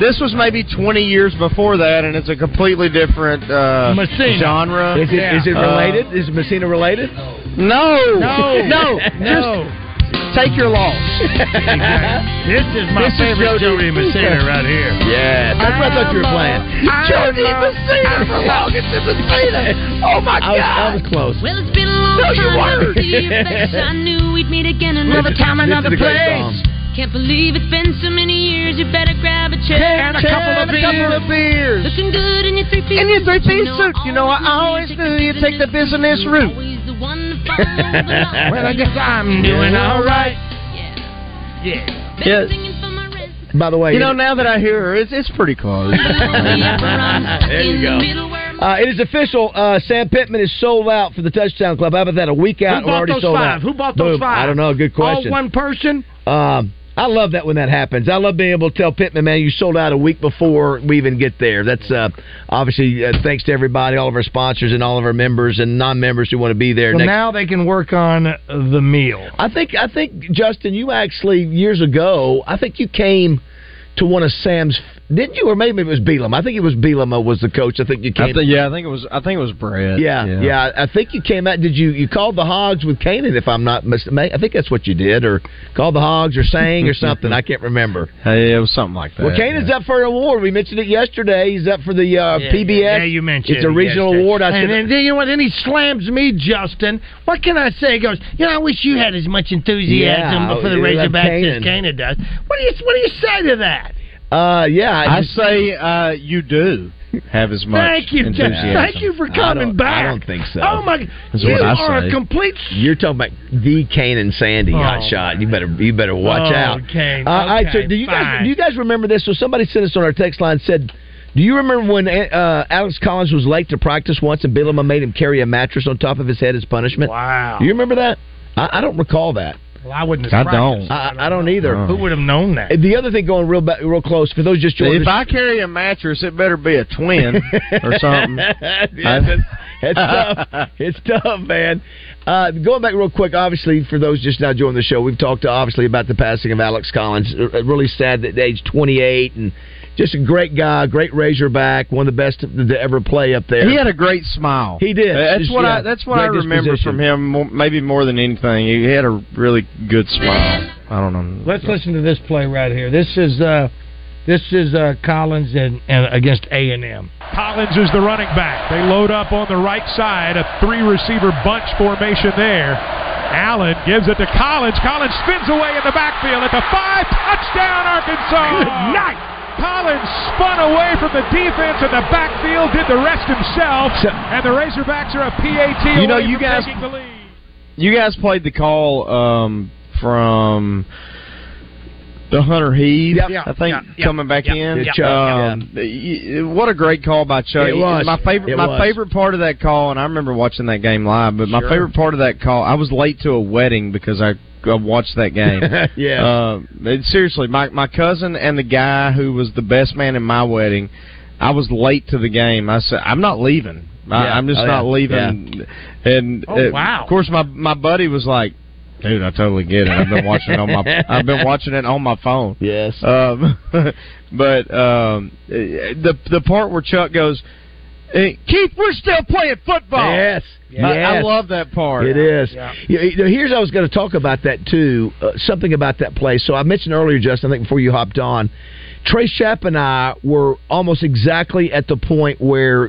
[SPEAKER 5] this was maybe 20 years before that, and it's a completely different uh,
[SPEAKER 2] Messina.
[SPEAKER 5] genre.
[SPEAKER 2] Is it, is it
[SPEAKER 5] Uh,
[SPEAKER 2] related? is Messina related?
[SPEAKER 5] no,
[SPEAKER 2] No.
[SPEAKER 5] no,
[SPEAKER 2] No.
[SPEAKER 5] Just take your loss.
[SPEAKER 3] This is my favorite Jody Messina right here.
[SPEAKER 2] Yeah, that's what I thought you were playing.
[SPEAKER 8] Jody Messina for longest in Messina. Oh my
[SPEAKER 2] I was, I
[SPEAKER 8] God.
[SPEAKER 2] was close.
[SPEAKER 8] Well, it's been a long
[SPEAKER 2] No, you
[SPEAKER 8] time
[SPEAKER 2] weren't.
[SPEAKER 8] no see your face. I knew we'd meet again another
[SPEAKER 2] This is-
[SPEAKER 8] time,
[SPEAKER 2] this is
[SPEAKER 8] another
[SPEAKER 2] a great
[SPEAKER 8] place.
[SPEAKER 2] song.
[SPEAKER 8] Can't believe it's been so many years. You better grab a chair
[SPEAKER 5] And a couple of
[SPEAKER 8] and a couple of
[SPEAKER 5] beers.
[SPEAKER 8] Looking good in your three piece
[SPEAKER 5] In your
[SPEAKER 8] suit.
[SPEAKER 5] three-piece
[SPEAKER 8] You know
[SPEAKER 5] suit, you know, I always knew you take the business route.
[SPEAKER 8] Always the one to follow.
[SPEAKER 5] well, I guess I'm doing all right.
[SPEAKER 8] Yeah.
[SPEAKER 5] Yes.
[SPEAKER 2] By the way,
[SPEAKER 5] you know, now that I hear her, it's it's pretty close.
[SPEAKER 2] there you go. Uh, it is official. Uh, Sam Pittman is sold out for the Touchdown Club. How about that? A week out,
[SPEAKER 17] Who
[SPEAKER 2] we're
[SPEAKER 17] bought
[SPEAKER 2] already
[SPEAKER 17] those
[SPEAKER 2] sold
[SPEAKER 17] five?
[SPEAKER 2] out.
[SPEAKER 17] Who bought those
[SPEAKER 2] Boom.
[SPEAKER 17] five?
[SPEAKER 2] I don't know. Good question.
[SPEAKER 17] All one person.
[SPEAKER 2] Um, I love that when that happens. I love being able to tell Pittman, man, you sold out a week before we even get there. That's uh, obviously uh, thanks to everybody, all of our sponsors and all of our members and non-members who want to be there.
[SPEAKER 3] Well,
[SPEAKER 2] next-
[SPEAKER 3] now they can work on the meal.
[SPEAKER 2] I think I think Justin, you actually years ago, I think you came to one of Sam's. Didn't you, or maybe it was Bielema? I think it was Bielema was the coach. I think you came.
[SPEAKER 17] I think, yeah, I think it was. I think it was Brad.
[SPEAKER 2] Yeah, yeah, I think you came out. Did you you called the Hogs with Canaan? If I'm not mistaken, I think that's what you did, or called the Hogs or sang or something. I can't remember.
[SPEAKER 17] Hey, it was something like that.
[SPEAKER 2] Well, Canaan's up for an award. We mentioned it yesterday. He's up for the uh,
[SPEAKER 17] Yeah,
[SPEAKER 2] PBS.
[SPEAKER 17] yeah, you mentioned
[SPEAKER 2] it's a
[SPEAKER 17] it
[SPEAKER 2] regional
[SPEAKER 17] yesterday.
[SPEAKER 2] award. I
[SPEAKER 17] And
[SPEAKER 2] said
[SPEAKER 17] then-
[SPEAKER 3] And then you know what? Then he slams me, Justin. What can I say? He goes, you know, I wish you had as much enthusiasm
[SPEAKER 17] Yeah,
[SPEAKER 3] for the
[SPEAKER 17] I love
[SPEAKER 3] Razorbacks
[SPEAKER 17] Kanan.
[SPEAKER 3] as Kana does. What do you What do you say to that?
[SPEAKER 2] Uh, yeah.
[SPEAKER 17] I, say uh, you do have as much.
[SPEAKER 3] Thank you, Jeff.
[SPEAKER 17] enthusiasm.
[SPEAKER 3] Thank you for coming back.
[SPEAKER 2] I don't think so.
[SPEAKER 3] Oh my!
[SPEAKER 2] That's
[SPEAKER 3] you
[SPEAKER 2] what I
[SPEAKER 3] are
[SPEAKER 2] say.
[SPEAKER 3] a complete.
[SPEAKER 2] You're talking about the Canaan Sandy
[SPEAKER 3] Oh,
[SPEAKER 2] hot shot. You better you better watch
[SPEAKER 3] Oh,
[SPEAKER 2] out.
[SPEAKER 3] Kane.
[SPEAKER 2] Uh, all right, so
[SPEAKER 3] Okay,
[SPEAKER 2] do you guys
[SPEAKER 3] fine.
[SPEAKER 2] do you guys remember this? So somebody sent us on our text line said, "Do you remember when uh, Alex Collins was late to practice once and Billima made him carry a mattress on top of his head as punishment?"
[SPEAKER 3] Wow.
[SPEAKER 2] Do you remember that? I, I don't recall that.
[SPEAKER 3] Well, I wouldn't. Have practiced.
[SPEAKER 2] I, I don't either.
[SPEAKER 3] Who would have known that?
[SPEAKER 2] The other thing going real ba- real close for those just joining
[SPEAKER 5] if
[SPEAKER 2] us-
[SPEAKER 5] I carry a mattress, it better be a twin or something.
[SPEAKER 2] Yeah, that's- it's tough. It's tough, man. Uh, going back real quick, obviously, for those just now joining the show, we've talked obviously about the passing of Alex Collins. Uh, Really sad that at age 28, and just a great guy, great Razorback, one of the best to, to ever play up there.
[SPEAKER 5] He had a great smile.
[SPEAKER 2] He did.
[SPEAKER 5] That's
[SPEAKER 2] Just,
[SPEAKER 5] what
[SPEAKER 2] yeah,
[SPEAKER 5] I. That's what
[SPEAKER 2] great
[SPEAKER 5] I remember
[SPEAKER 2] disposition.
[SPEAKER 5] from him. More, maybe more than anything, he had a really good smile. I don't know.
[SPEAKER 17] Let's listen to this play right here. This is uh, this is uh, Collins and, and against A and M.
[SPEAKER 16] Collins is the running back. They load up on the right side, a three receiver bunch formation there. Allen gives it to Collins. Collins spins away in the backfield at the five. Touchdown, Arkansas! Good night! Collins spun away from the defense in the backfield, did the rest himself, and the Razorbacks are a PAT
[SPEAKER 5] You know,
[SPEAKER 16] away
[SPEAKER 5] you
[SPEAKER 16] from
[SPEAKER 5] guys-
[SPEAKER 16] taking the lead.
[SPEAKER 5] You guys played the call um, from the Hunter Heath,
[SPEAKER 16] Yeah,
[SPEAKER 5] I think,
[SPEAKER 16] yeah,
[SPEAKER 5] coming back
[SPEAKER 16] yeah,
[SPEAKER 5] in.
[SPEAKER 16] yeah, yeah.
[SPEAKER 5] Um, y- What a great call by Chuck!
[SPEAKER 16] It was.
[SPEAKER 5] My favorite,
[SPEAKER 16] It
[SPEAKER 5] my
[SPEAKER 16] was.
[SPEAKER 5] favorite part of that call, and I remember watching that game live. But my
[SPEAKER 16] Sure.
[SPEAKER 5] favorite part of that call, I was late to a wedding because I. I watched that game.
[SPEAKER 2] Yes.
[SPEAKER 5] Uh, it- seriously, my my cousin and the guy who was the best man in my wedding, I was late to the game. I said, I'm not leaving. I,
[SPEAKER 17] Yeah.
[SPEAKER 5] I'm just
[SPEAKER 17] Oh,
[SPEAKER 5] not
[SPEAKER 17] yeah.
[SPEAKER 5] leaving. And
[SPEAKER 17] Oh,
[SPEAKER 5] uh,
[SPEAKER 17] wow.
[SPEAKER 5] Of course, my my buddy was like, "Dude, I totally get it. I've been watching it on my I've been watching it on my phone."
[SPEAKER 2] Yes.
[SPEAKER 5] Um, but um, eh, the the part where Chuck goes, hey, "Keith, we're still playing football."
[SPEAKER 2] Yes.
[SPEAKER 5] I, I
[SPEAKER 2] Yes.
[SPEAKER 5] love that part.
[SPEAKER 2] It is.
[SPEAKER 5] Yeah.
[SPEAKER 2] You- you know, here's I was going to talk about that too. Uh, something about that play. So I mentioned earlier, Justin. I think before you hopped on, Trace Shapp and I were almost exactly at the point where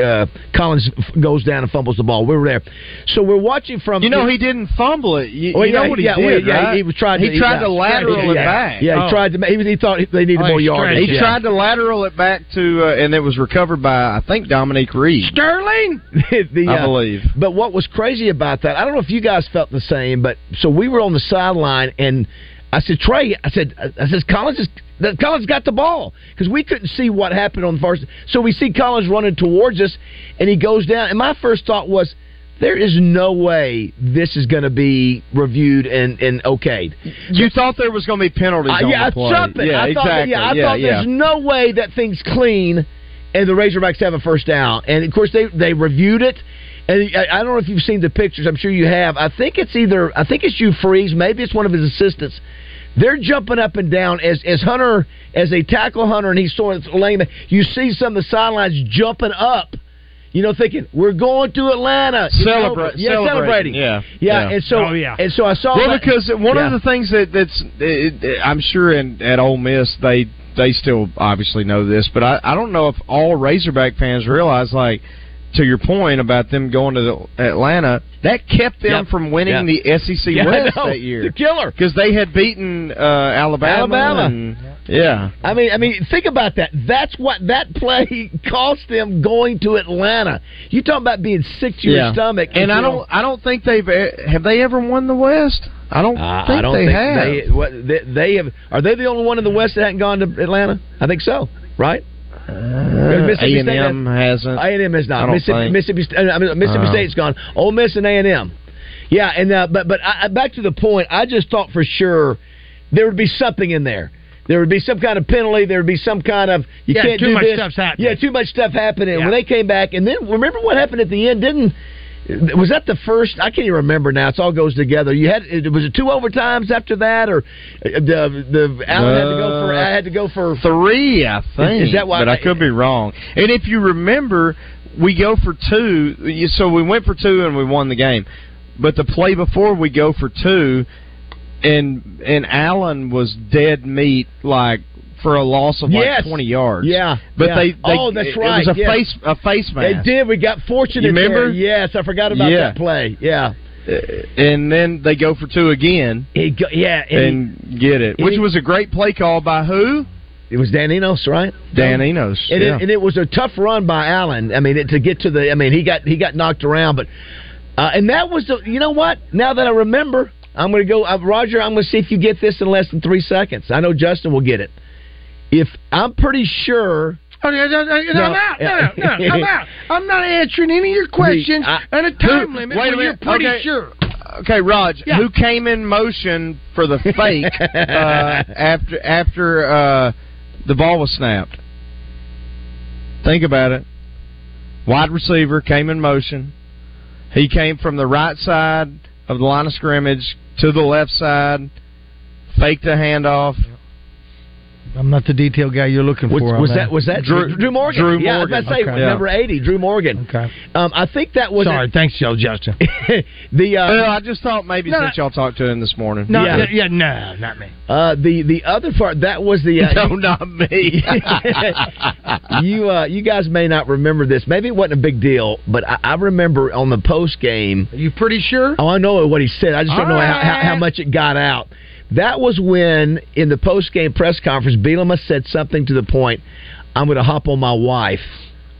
[SPEAKER 2] uh, Collins f- goes down and fumbles the ball. We were there. So we're watching from.
[SPEAKER 5] You know, he didn't fumble it. You,
[SPEAKER 2] Well,
[SPEAKER 5] you
[SPEAKER 2] yeah,
[SPEAKER 5] know what he
[SPEAKER 2] yeah,
[SPEAKER 5] did,
[SPEAKER 2] well, yeah,
[SPEAKER 5] right?
[SPEAKER 2] he was trying to-
[SPEAKER 5] He tried
[SPEAKER 2] yeah.
[SPEAKER 5] to lateral it
[SPEAKER 2] Yeah,
[SPEAKER 5] back. Oh.
[SPEAKER 2] yeah, he tried to. ma- He, was- Oh, he thought they needed more yards.
[SPEAKER 5] He tried to lateral it back to, uh, and it was recovered by I think Dominique Reed.
[SPEAKER 2] Sterling.
[SPEAKER 5] I believe.
[SPEAKER 2] uh, But what was crazy about that? I don't know if you guys felt the same, but so we were on the sideline, and I said, Trey, I said, I says Collins is. that Collins got the ball because we couldn't see what happened on the first. So we see Collins running towards us, and he goes down. And my first thought was, there is no way this is going to be reviewed and and okayed.
[SPEAKER 5] You thought there was going to be penalties
[SPEAKER 2] Uh,
[SPEAKER 5] on
[SPEAKER 2] yeah,
[SPEAKER 5] the play.
[SPEAKER 2] something.
[SPEAKER 5] Yeah,
[SPEAKER 2] I thought, that-
[SPEAKER 5] exactly.
[SPEAKER 2] yeah, I
[SPEAKER 5] yeah,
[SPEAKER 2] thought
[SPEAKER 5] yeah.
[SPEAKER 2] there's no way that thing's clean. and the Razorbacks have a first down. And of course, they they reviewed it. And I I don't know if you've seen the pictures. I'm sure you have. I think it's either I think it's you Freeze. Maybe it's one of his assistants. They're jumping up and down as as Hunter as a tackle Hunter, and he's throwing it to Lehman. You see some of the sidelines jumping up. You know, thinking we're going to Atlanta. You know,
[SPEAKER 5] Celebra-
[SPEAKER 2] yeah,
[SPEAKER 5] celebrating,
[SPEAKER 2] celebrating,
[SPEAKER 5] yeah,
[SPEAKER 2] yeah,
[SPEAKER 5] yeah.
[SPEAKER 2] And so,
[SPEAKER 5] Oh, yeah.
[SPEAKER 2] and so I saw.
[SPEAKER 5] well,
[SPEAKER 2] that-
[SPEAKER 5] because one
[SPEAKER 2] Yeah.
[SPEAKER 5] of the things that that's it, it- I'm sure in, at Ole Miss they they still obviously know this, but I, I don't know if all Razorback fans realize like to your point about them going to the Atlanta that kept them
[SPEAKER 2] Yep.
[SPEAKER 5] from winning
[SPEAKER 2] Yeah.
[SPEAKER 5] the SEC
[SPEAKER 2] Yeah, I
[SPEAKER 5] West
[SPEAKER 2] know.
[SPEAKER 5] that year.
[SPEAKER 2] The killer
[SPEAKER 5] because they had beaten uh, Alabama.
[SPEAKER 2] Alabama.
[SPEAKER 5] and- yeah.
[SPEAKER 2] I mean, I mean, think about that. That's what that play cost them going to Atlanta. You talking about being sick to your stomach?
[SPEAKER 5] And I
[SPEAKER 2] you know-
[SPEAKER 5] don't, I don't think they've e- have they ever won the West. I don't think
[SPEAKER 2] Uh, I don't
[SPEAKER 5] they
[SPEAKER 2] think
[SPEAKER 5] have.
[SPEAKER 2] they, what, they they have. Are they the only one in the West that hasn't gone to Atlanta? I think so. Right?
[SPEAKER 5] Uh,
[SPEAKER 2] Mississippi State
[SPEAKER 5] A&M hasn't.
[SPEAKER 2] A and M is not.
[SPEAKER 5] I don't
[SPEAKER 2] Mississippi,
[SPEAKER 5] think.
[SPEAKER 2] Mississippi, Sta- uh, I mean, Mississippi
[SPEAKER 5] Uh-huh.
[SPEAKER 2] State's gone. Ole Miss and A and M. Yeah, and uh, but but I, I- back to the point. I just thought for sure there would be something in there. There would be some kind of penalty. There would be some kind of you
[SPEAKER 3] Yeah,
[SPEAKER 2] can't
[SPEAKER 3] too
[SPEAKER 2] do
[SPEAKER 3] much
[SPEAKER 2] this.
[SPEAKER 3] stuff's happening.
[SPEAKER 2] Yeah, too much stuff happening.
[SPEAKER 3] Yeah.
[SPEAKER 2] When they came back, and then remember what happened at the end? Didn't was that the first? I can't even remember now. It's all goes together. You had it- was it two overtimes after that, or uh, the the Allen had to go for
[SPEAKER 5] Uh,
[SPEAKER 2] I had to go for
[SPEAKER 5] three. I think.
[SPEAKER 2] Is, is that why?
[SPEAKER 5] But I could be wrong. And if you remember, we go for two. you- So we went for two and we won the game. But the play before we go for two, and and Allen was dead meat, like for a loss of
[SPEAKER 2] Yes.
[SPEAKER 5] like twenty yards.
[SPEAKER 2] Yeah,
[SPEAKER 5] But
[SPEAKER 2] yeah.
[SPEAKER 5] They, they
[SPEAKER 2] oh, that's
[SPEAKER 5] it-
[SPEAKER 2] right.
[SPEAKER 5] It was a
[SPEAKER 2] yes.
[SPEAKER 5] face a face mask.
[SPEAKER 2] They did. We got fortunate.
[SPEAKER 5] You remember?
[SPEAKER 2] There. Yes, I forgot about
[SPEAKER 5] Yeah. Uh,
[SPEAKER 2] that play. Yeah,
[SPEAKER 5] and then they go for two again.
[SPEAKER 2] yeah,
[SPEAKER 5] and,
[SPEAKER 2] and
[SPEAKER 5] get it, which was a great play call by who?
[SPEAKER 2] It was Dan Enos, right?
[SPEAKER 5] Dan Enos.
[SPEAKER 2] and,
[SPEAKER 5] yeah.
[SPEAKER 2] it, and it was a tough run by Allen. I mean, it, to get to the. I mean, he got he got knocked around, but uh, and that was the. You know what? Now that I remember, I'm going to go. Uh, Roger, I'm going to see if you get this in less than three seconds. I know Justin will get it. If I'm pretty sure.
[SPEAKER 9] Okay, no, no, no,
[SPEAKER 2] No.
[SPEAKER 9] I'm
[SPEAKER 17] eh,
[SPEAKER 9] out. No, no, no, I'm out. I'm not answering any of your questions
[SPEAKER 5] I-
[SPEAKER 9] and a time
[SPEAKER 5] Who-
[SPEAKER 9] limit
[SPEAKER 5] wait a
[SPEAKER 9] when you're
[SPEAKER 5] minute,
[SPEAKER 9] pretty
[SPEAKER 5] okay.
[SPEAKER 9] sure.
[SPEAKER 5] Okay, Raj,
[SPEAKER 9] Yeah.
[SPEAKER 5] who came in motion for the fake uh, after after uh, the ball was snapped? Think about it. Wide receiver came in motion. He came from the right side of the line of scrimmage to the left side, faked a handoff.
[SPEAKER 17] I'm not the detail guy you're looking
[SPEAKER 2] Was,
[SPEAKER 17] for. on
[SPEAKER 2] was that was that Drew, Morgan?
[SPEAKER 17] Drew
[SPEAKER 2] yeah, I was
[SPEAKER 17] Morgan.
[SPEAKER 2] about to say
[SPEAKER 17] Okay.
[SPEAKER 2] number eighty, Drew Morgan. Okay, um, I think that was
[SPEAKER 3] Sorry, thanks, Joe Justin.
[SPEAKER 2] the uh,
[SPEAKER 5] Well, I just thought maybe
[SPEAKER 2] No,
[SPEAKER 5] since y'all talked to him this morning.
[SPEAKER 2] No, Yeah.
[SPEAKER 3] yeah, no, not me.
[SPEAKER 2] Uh, the the other part that was the uh,
[SPEAKER 5] No, not me.
[SPEAKER 2] you uh, you guys may not remember this. Maybe it wasn't a big deal, but I, I remember on the post game. Are
[SPEAKER 17] you pretty sure?
[SPEAKER 2] Oh, I know what he said. I just don't
[SPEAKER 17] All
[SPEAKER 2] know how, how, how much it got out. That was when in the post game press conference, Bielema said something to the point, "I'm going to hop on my wife."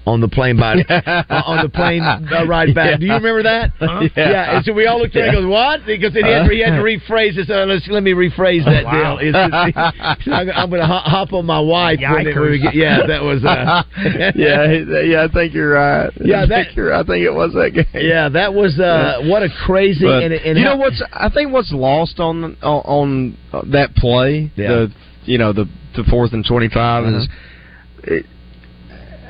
[SPEAKER 2] On the plane by uh, on the plane uh, ride back. Do you remember that?
[SPEAKER 17] Huh?
[SPEAKER 2] Yeah. And so we all looked at him and goes, "What?" Because then he had, he had to rephrase this. Uh, let's, let me rephrase that
[SPEAKER 17] Wow.
[SPEAKER 2] deal. It's- it's- I'm, I'm going to hop on my wife. when it- when we get- yeah, that was. Uh,
[SPEAKER 5] yeah, he- yeah. I think you're right.
[SPEAKER 2] Yeah,
[SPEAKER 5] I
[SPEAKER 2] that-
[SPEAKER 5] think you're, I think it was that game.
[SPEAKER 2] Yeah, that was uh, what a crazy.
[SPEAKER 5] But
[SPEAKER 2] and, and
[SPEAKER 5] you
[SPEAKER 2] how-
[SPEAKER 5] know what's? I think what's lost on on, on that play, the you know the the fourth and twenty is
[SPEAKER 2] Uh-huh.
[SPEAKER 5] it,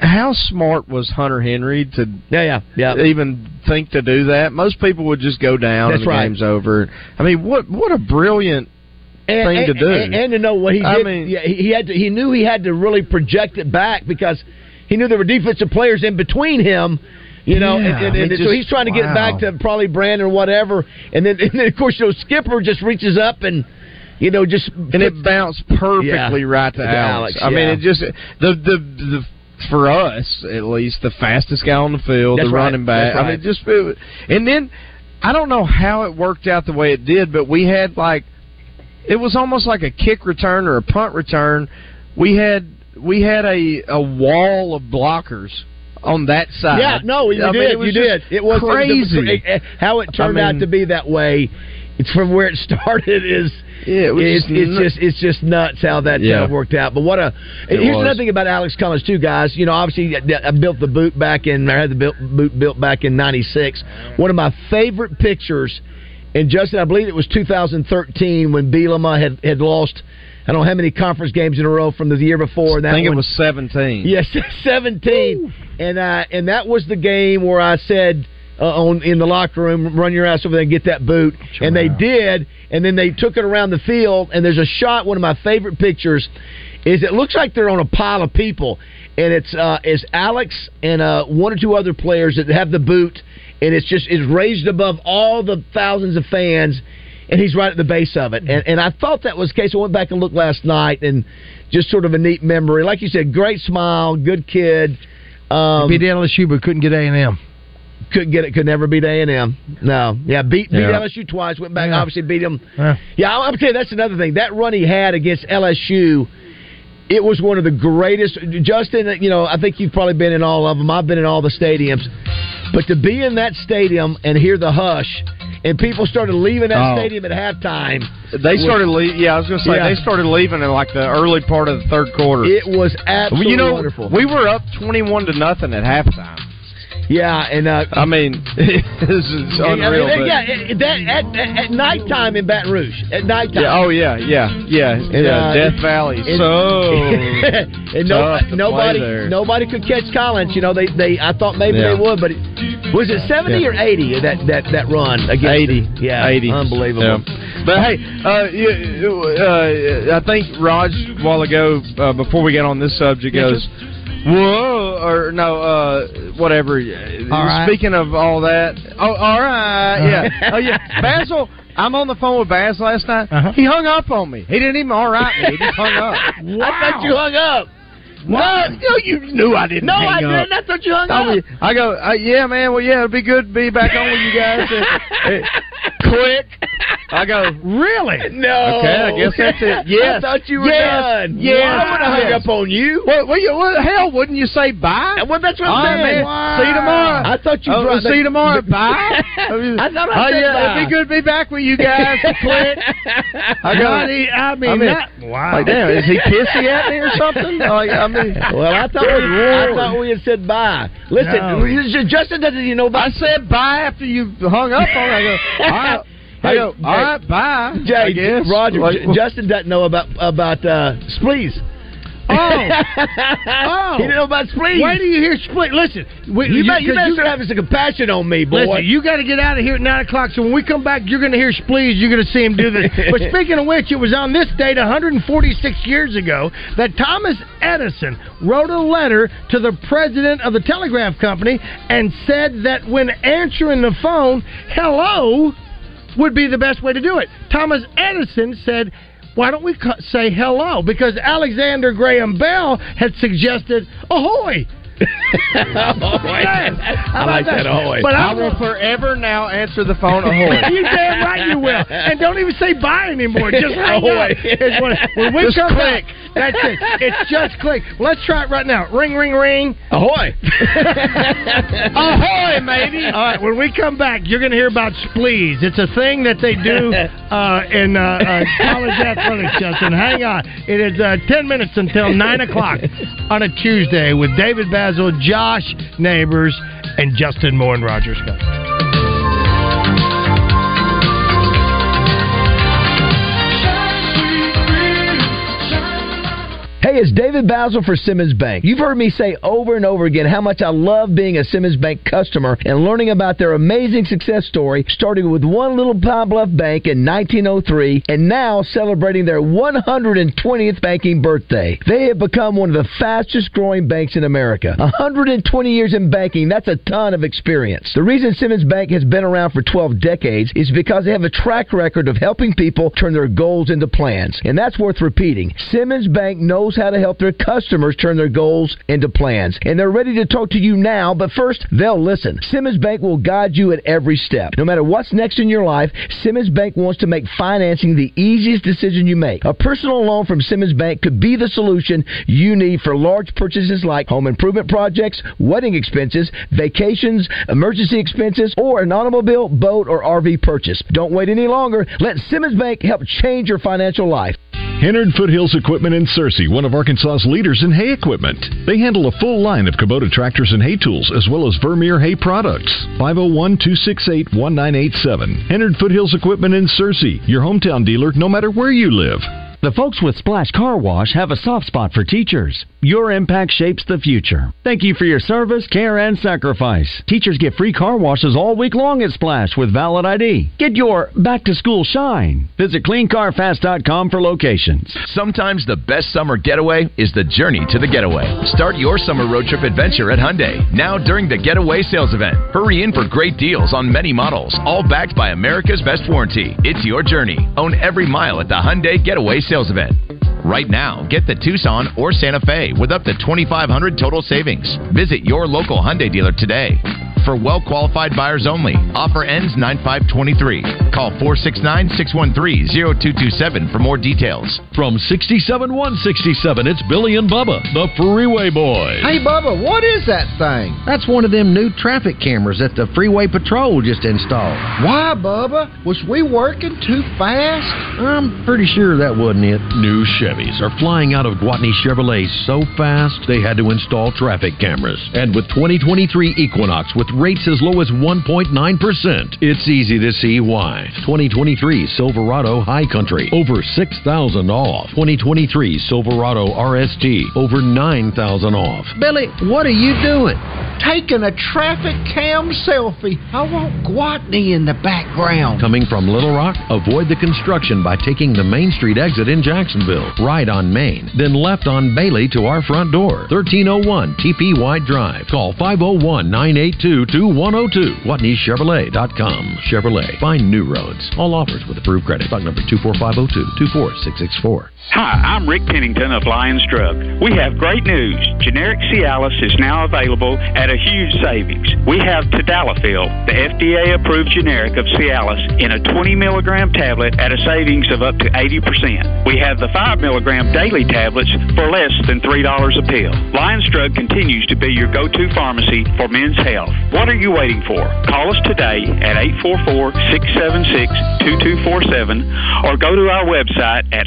[SPEAKER 5] how smart was Hunter Henry to
[SPEAKER 2] yeah yeah
[SPEAKER 5] yeah even think to do that. Most people would just go down
[SPEAKER 2] That's
[SPEAKER 5] and the
[SPEAKER 2] right.
[SPEAKER 5] game's over. I mean, what what a brilliant
[SPEAKER 2] and,
[SPEAKER 5] thing to
[SPEAKER 2] and-
[SPEAKER 5] do.
[SPEAKER 2] and, and to know what he did.
[SPEAKER 5] I mean-
[SPEAKER 2] yeah, he, he had to, he knew he had to really project it back because he knew there were defensive players in between him. You know,
[SPEAKER 17] Yeah,
[SPEAKER 2] and, and,
[SPEAKER 17] I mean,
[SPEAKER 2] and so
[SPEAKER 17] just-
[SPEAKER 2] he's trying to get
[SPEAKER 17] wow.
[SPEAKER 2] back to probably Brandon or whatever, and then and then of course you know Skipper just reaches up and you know just
[SPEAKER 5] and it bounced perfectly right to
[SPEAKER 2] To
[SPEAKER 5] Alex.
[SPEAKER 2] Alex,
[SPEAKER 5] I mean,
[SPEAKER 2] yeah.
[SPEAKER 5] it just the the the for us at least the fastest guy on the field,
[SPEAKER 2] That's
[SPEAKER 5] the
[SPEAKER 2] right.
[SPEAKER 5] running back.
[SPEAKER 2] That's
[SPEAKER 5] I
[SPEAKER 2] right.
[SPEAKER 5] mean, just it, was- and then I don't know how it worked out the way it did, but we had like it was almost like a kick return or a punt return. We had we had a a wall of blockers on that side.
[SPEAKER 2] Yeah, no, you
[SPEAKER 5] I mean,
[SPEAKER 2] did.
[SPEAKER 5] it was
[SPEAKER 2] you did.
[SPEAKER 5] just
[SPEAKER 2] It was
[SPEAKER 5] crazy.
[SPEAKER 2] it- it- eh, how it turned
[SPEAKER 5] I
[SPEAKER 2] out
[SPEAKER 5] mean-
[SPEAKER 2] to be that way. It's from where it started. Is
[SPEAKER 5] yeah, it was
[SPEAKER 2] it's,
[SPEAKER 5] just
[SPEAKER 2] it's
[SPEAKER 5] nu-
[SPEAKER 2] just it's just nuts how that uh,
[SPEAKER 5] Yeah.
[SPEAKER 2] worked out. But what a
[SPEAKER 5] It
[SPEAKER 2] here's
[SPEAKER 5] was.
[SPEAKER 2] another thing about Alex Collins too, guys. You know, obviously I I built the boot back in. I had the built, boot built back in '96. One of my favorite pictures And Justin, I believe it was 2013 when Bielema had had lost. I don't know how many conference games in a row from the year before. And
[SPEAKER 5] I
[SPEAKER 2] that
[SPEAKER 5] think it
[SPEAKER 2] one-
[SPEAKER 5] was 17.
[SPEAKER 2] Yes, seventeen, and uh, and that was the game where I said uh, on in the locker room, run your ass over there and get that boot, and they did, and then they took it around the field, and there's a shot. One of my favorite pictures is it looks like they're on a pile of people, and it's uh, it's Alex and uh, one or two other players that have the boot, and it's just it's raised above all the thousands of fans and he's right at the base of it. And, and I thought that was the case. I went back and looked last night, and just sort of a neat memory. Like you said, great smile, good kid. Um,
[SPEAKER 3] beat LSU, but couldn't get A and M.
[SPEAKER 2] Couldn't get it. Could never beat A and M. No, yeah, beat beat
[SPEAKER 3] Yeah.
[SPEAKER 2] LSU twice. Went back, obviously beat him. Yeah, I'm, I'm telling you, that's another thing. That run he had against LSU, it was one of the greatest. Justin, you know, I think you've probably been in all of them. I've been in all the stadiums, but to be in that stadium and hear the hush, and people started leaving that
[SPEAKER 5] Oh.
[SPEAKER 2] stadium at halftime.
[SPEAKER 5] They started leaving. Yeah, I was going to say
[SPEAKER 2] Yeah.
[SPEAKER 5] they started leaving in like the early part of the third quarter.
[SPEAKER 2] It was absolutely
[SPEAKER 5] you know,
[SPEAKER 2] wonderful.
[SPEAKER 5] We were up twenty-one to nothing at halftime.
[SPEAKER 2] Yeah, and uh,
[SPEAKER 5] I mean, this is
[SPEAKER 2] I mean,
[SPEAKER 5] unreal.
[SPEAKER 2] they-
[SPEAKER 5] but-
[SPEAKER 2] yeah, it- that at, at, at nighttime in Baton Rouge. At nighttime.
[SPEAKER 5] Yeah, oh yeah, yeah, yeah,
[SPEAKER 2] And,
[SPEAKER 5] yeah.
[SPEAKER 2] uh,
[SPEAKER 5] Death Valley.
[SPEAKER 2] and-
[SPEAKER 5] so
[SPEAKER 2] and no,
[SPEAKER 5] tough to play
[SPEAKER 2] nobody
[SPEAKER 5] there.
[SPEAKER 2] nobody could catch Collins. You know, they, they I thought maybe
[SPEAKER 5] Yeah.
[SPEAKER 2] they would, but it, was it seventy
[SPEAKER 5] Yeah.
[SPEAKER 2] or eighty that that that run against eighty? Yeah,
[SPEAKER 5] eighty,
[SPEAKER 2] unbelievable.
[SPEAKER 5] Yeah. But hey, uh, you, you, uh, I think Raj a while ago uh, before we got on this subject
[SPEAKER 2] Yes,
[SPEAKER 5] goes. Whoa, or no, uh, whatever.
[SPEAKER 18] All right.
[SPEAKER 5] Speaking of all that, oh, all right,
[SPEAKER 17] Uh,
[SPEAKER 5] yeah,
[SPEAKER 18] Uh-huh.
[SPEAKER 5] oh yeah, Basil. I'm on the phone with Baz last night.
[SPEAKER 2] Uh-huh.
[SPEAKER 5] He hung up on me. He didn't even all right me. He just hung up.
[SPEAKER 2] I thought you hung up.
[SPEAKER 5] No, no, you knew I didn't.
[SPEAKER 2] No,
[SPEAKER 5] hang
[SPEAKER 2] I didn't.
[SPEAKER 5] Up.
[SPEAKER 2] I thought you hung
[SPEAKER 5] I mean,
[SPEAKER 2] up.
[SPEAKER 5] I go, uh, yeah, man. Well, yeah, it'd be good to be back on with you guys. Eh, Quick. I go, really?
[SPEAKER 2] No.
[SPEAKER 5] Okay, I guess that's it. Yes.
[SPEAKER 2] I thought you were
[SPEAKER 5] yes.
[SPEAKER 2] done.
[SPEAKER 5] Yes.
[SPEAKER 2] Well, I would have hung
[SPEAKER 5] yes.
[SPEAKER 2] up on you.
[SPEAKER 5] Well, well, you, well, hell, wouldn't you say bye?
[SPEAKER 2] Well, that's what
[SPEAKER 5] All
[SPEAKER 2] I'm
[SPEAKER 5] right,
[SPEAKER 2] saying.
[SPEAKER 5] man. See you tomorrow.
[SPEAKER 2] I thought you
[SPEAKER 5] Oh,
[SPEAKER 2] dropped
[SPEAKER 5] see you tomorrow. Bye.
[SPEAKER 2] I thought I
[SPEAKER 5] oh,
[SPEAKER 2] said
[SPEAKER 5] yeah,
[SPEAKER 2] bye.
[SPEAKER 5] it'd be good to be back with you guys. Quick. I go,
[SPEAKER 2] Johnny, I mean, that-
[SPEAKER 5] wow. Like, damn, is he pissy at me or something? Like, I mean,
[SPEAKER 2] Well, I thought
[SPEAKER 5] good
[SPEAKER 2] we, I
[SPEAKER 5] Lord.
[SPEAKER 2] thought we had said bye. Listen,
[SPEAKER 5] No.
[SPEAKER 2] Justin doesn't even know. Bye. I
[SPEAKER 5] said bye after you hung up on. I go, all right. I go, all right, bye.
[SPEAKER 2] Jay,
[SPEAKER 5] I guess.
[SPEAKER 2] Roger,
[SPEAKER 5] Like,
[SPEAKER 2] J- Justin doesn't know about about uh, splees.
[SPEAKER 3] Oh.
[SPEAKER 2] he didn't know about splees.
[SPEAKER 3] Why do you hear split? Listen, we,
[SPEAKER 2] you, bet- you
[SPEAKER 3] because
[SPEAKER 2] better start having some compassion on me, boy.
[SPEAKER 3] Listen, you got to get out of here at nine o'clock. So when we come back, you're going to hear splees. You're going to see him do this. but speaking of which, it was on this date 146 years ago that Thomas Edison wrote a letter to the president of the telegraph company and said that when answering the phone, hello would be the best way to do it. Thomas Edison said. Why don't we ca- say hello? Because Alexander Graham Bell had suggested ahoy.
[SPEAKER 2] I like that ahoy.
[SPEAKER 3] But
[SPEAKER 5] I
[SPEAKER 3] I
[SPEAKER 5] will forever now answer the phone ahoy.
[SPEAKER 3] you damn right you will. And don't even say bye anymore. Just hang
[SPEAKER 5] Ahoy.
[SPEAKER 3] up. It's when, when we
[SPEAKER 5] Just
[SPEAKER 3] come
[SPEAKER 5] click.
[SPEAKER 3] back, that's it. It's just click. Let's try it right now. Ring, ring, ring.
[SPEAKER 2] Ahoy.
[SPEAKER 3] Ahoy, matey. All right, when we come back, you're going to hear about splees. It's a thing that they do uh, in uh, uh, college athletics, Justin. Hang on. It is uh, 10 minutes until 9 o'clock on a Tuesday with David Basil, Josh Neighbors, and Justin Moore and Roger Scott.
[SPEAKER 2] Hey, it's David Basil for Simmons Bank. You've heard me say over and over again how much I love being a Simmons Bank customer and learning about their amazing success story, starting with one little Pine Bluff bank in 1903 and now celebrating their 120th banking birthday. They have become one of the fastest growing banks in America. 120 years in banking, that's a ton of experience. The reason Simmons Bank has been around for 12 decades is because they have a track record of helping people turn their goals into plans, and that's worth repeating. Simmons Bank knows how to help their customers turn their goals into plans, and they're ready to talk to you now, but first, they'll listen. Simmons Bank will guide you at every step. No matter what's next in your life, Simmons Bank wants to make financing the easiest decision you make. A personal loan from Simmons Bank could be the solution you need for large purchases like home improvement projects, wedding expenses, vacations, emergency expenses, or an automobile, boat, or RV purchase. Don't wait any longer. Let Simmons Bank help change your financial life.
[SPEAKER 19] Hennard Foothills Equipment in Searcy, one of Arkansas's leaders in hay equipment. They handle a full line of Kubota tractors and hay tools, as well as Vermeer hay products. 501 268 1987. Hennard Foothills Equipment in Searcy, your hometown dealer, no matter where you live.
[SPEAKER 20] The folks with Splash Car Wash have a soft spot for teachers. Your impact shapes the future. Thank you for your service, care, and sacrifice. Teachers get free car washes all week long at Splash with valid ID. Get your back to school shine. Visit cleancarfast.com for locations.
[SPEAKER 21] Sometimes the best summer getaway is the journey to the getaway. Start your summer road trip adventure at Hyundai. Now during the getaway sales event. Hurry in for great deals on many models, all backed by America's best warranty. It's your journey. Own every mile at the Hyundai Getaway Sales Event. Right now, get the Tucson or Santa Fe with up to 2500 total savings. Visit your local Hyundai dealer today. For well qualified buyers only, offer ends 9523. Call 469 613 0227 for more details.
[SPEAKER 22] From 67 167, it's Billy and Bubba, the Freeway Boys.
[SPEAKER 23] Hey, Bubba, what is that thing? That's one of them new traffic cameras that the Freeway Patrol just installed. Why, Bubba? Was we working too fast? I'm pretty sure that wasn't it.
[SPEAKER 22] New Chevys are flying out of Guatney Chevrolet so fast they had to install traffic cameras. And with 2023 Equinox with rates as low as 1.9%, it's easy to see why. 2023 Silverado High Country over 6,000 off. 2023 Silverado RST over 9,000 off.
[SPEAKER 23] Billy, what are you doing? Taking a traffic cam selfie. I want Guatney in the background.
[SPEAKER 22] Coming from Little Rock, avoid the construction by taking the Main Street exit in Jacksonville, right on Main, then left on Bailey to our front door, 1301 TP White Drive. Call 501 982 2102, WatneyChevrolet.com. Chevrolet, find new roads. All offers with approved credit. Stock number 24502 24664.
[SPEAKER 24] Hi, I'm Rick Pennington of Lions Drug. We have great news. Generic Cialis is now available at a huge savings. We have Tadalafil, the FDA approved generic of Cialis, in a 20 milligram tablet at a savings of up to 80%. We have the 5 milligram daily tablets for less than $3 a pill. Lions Drug continues to be your go to pharmacy for men's health. What are you waiting for? Call us today at 844 676 2247 or go to our website at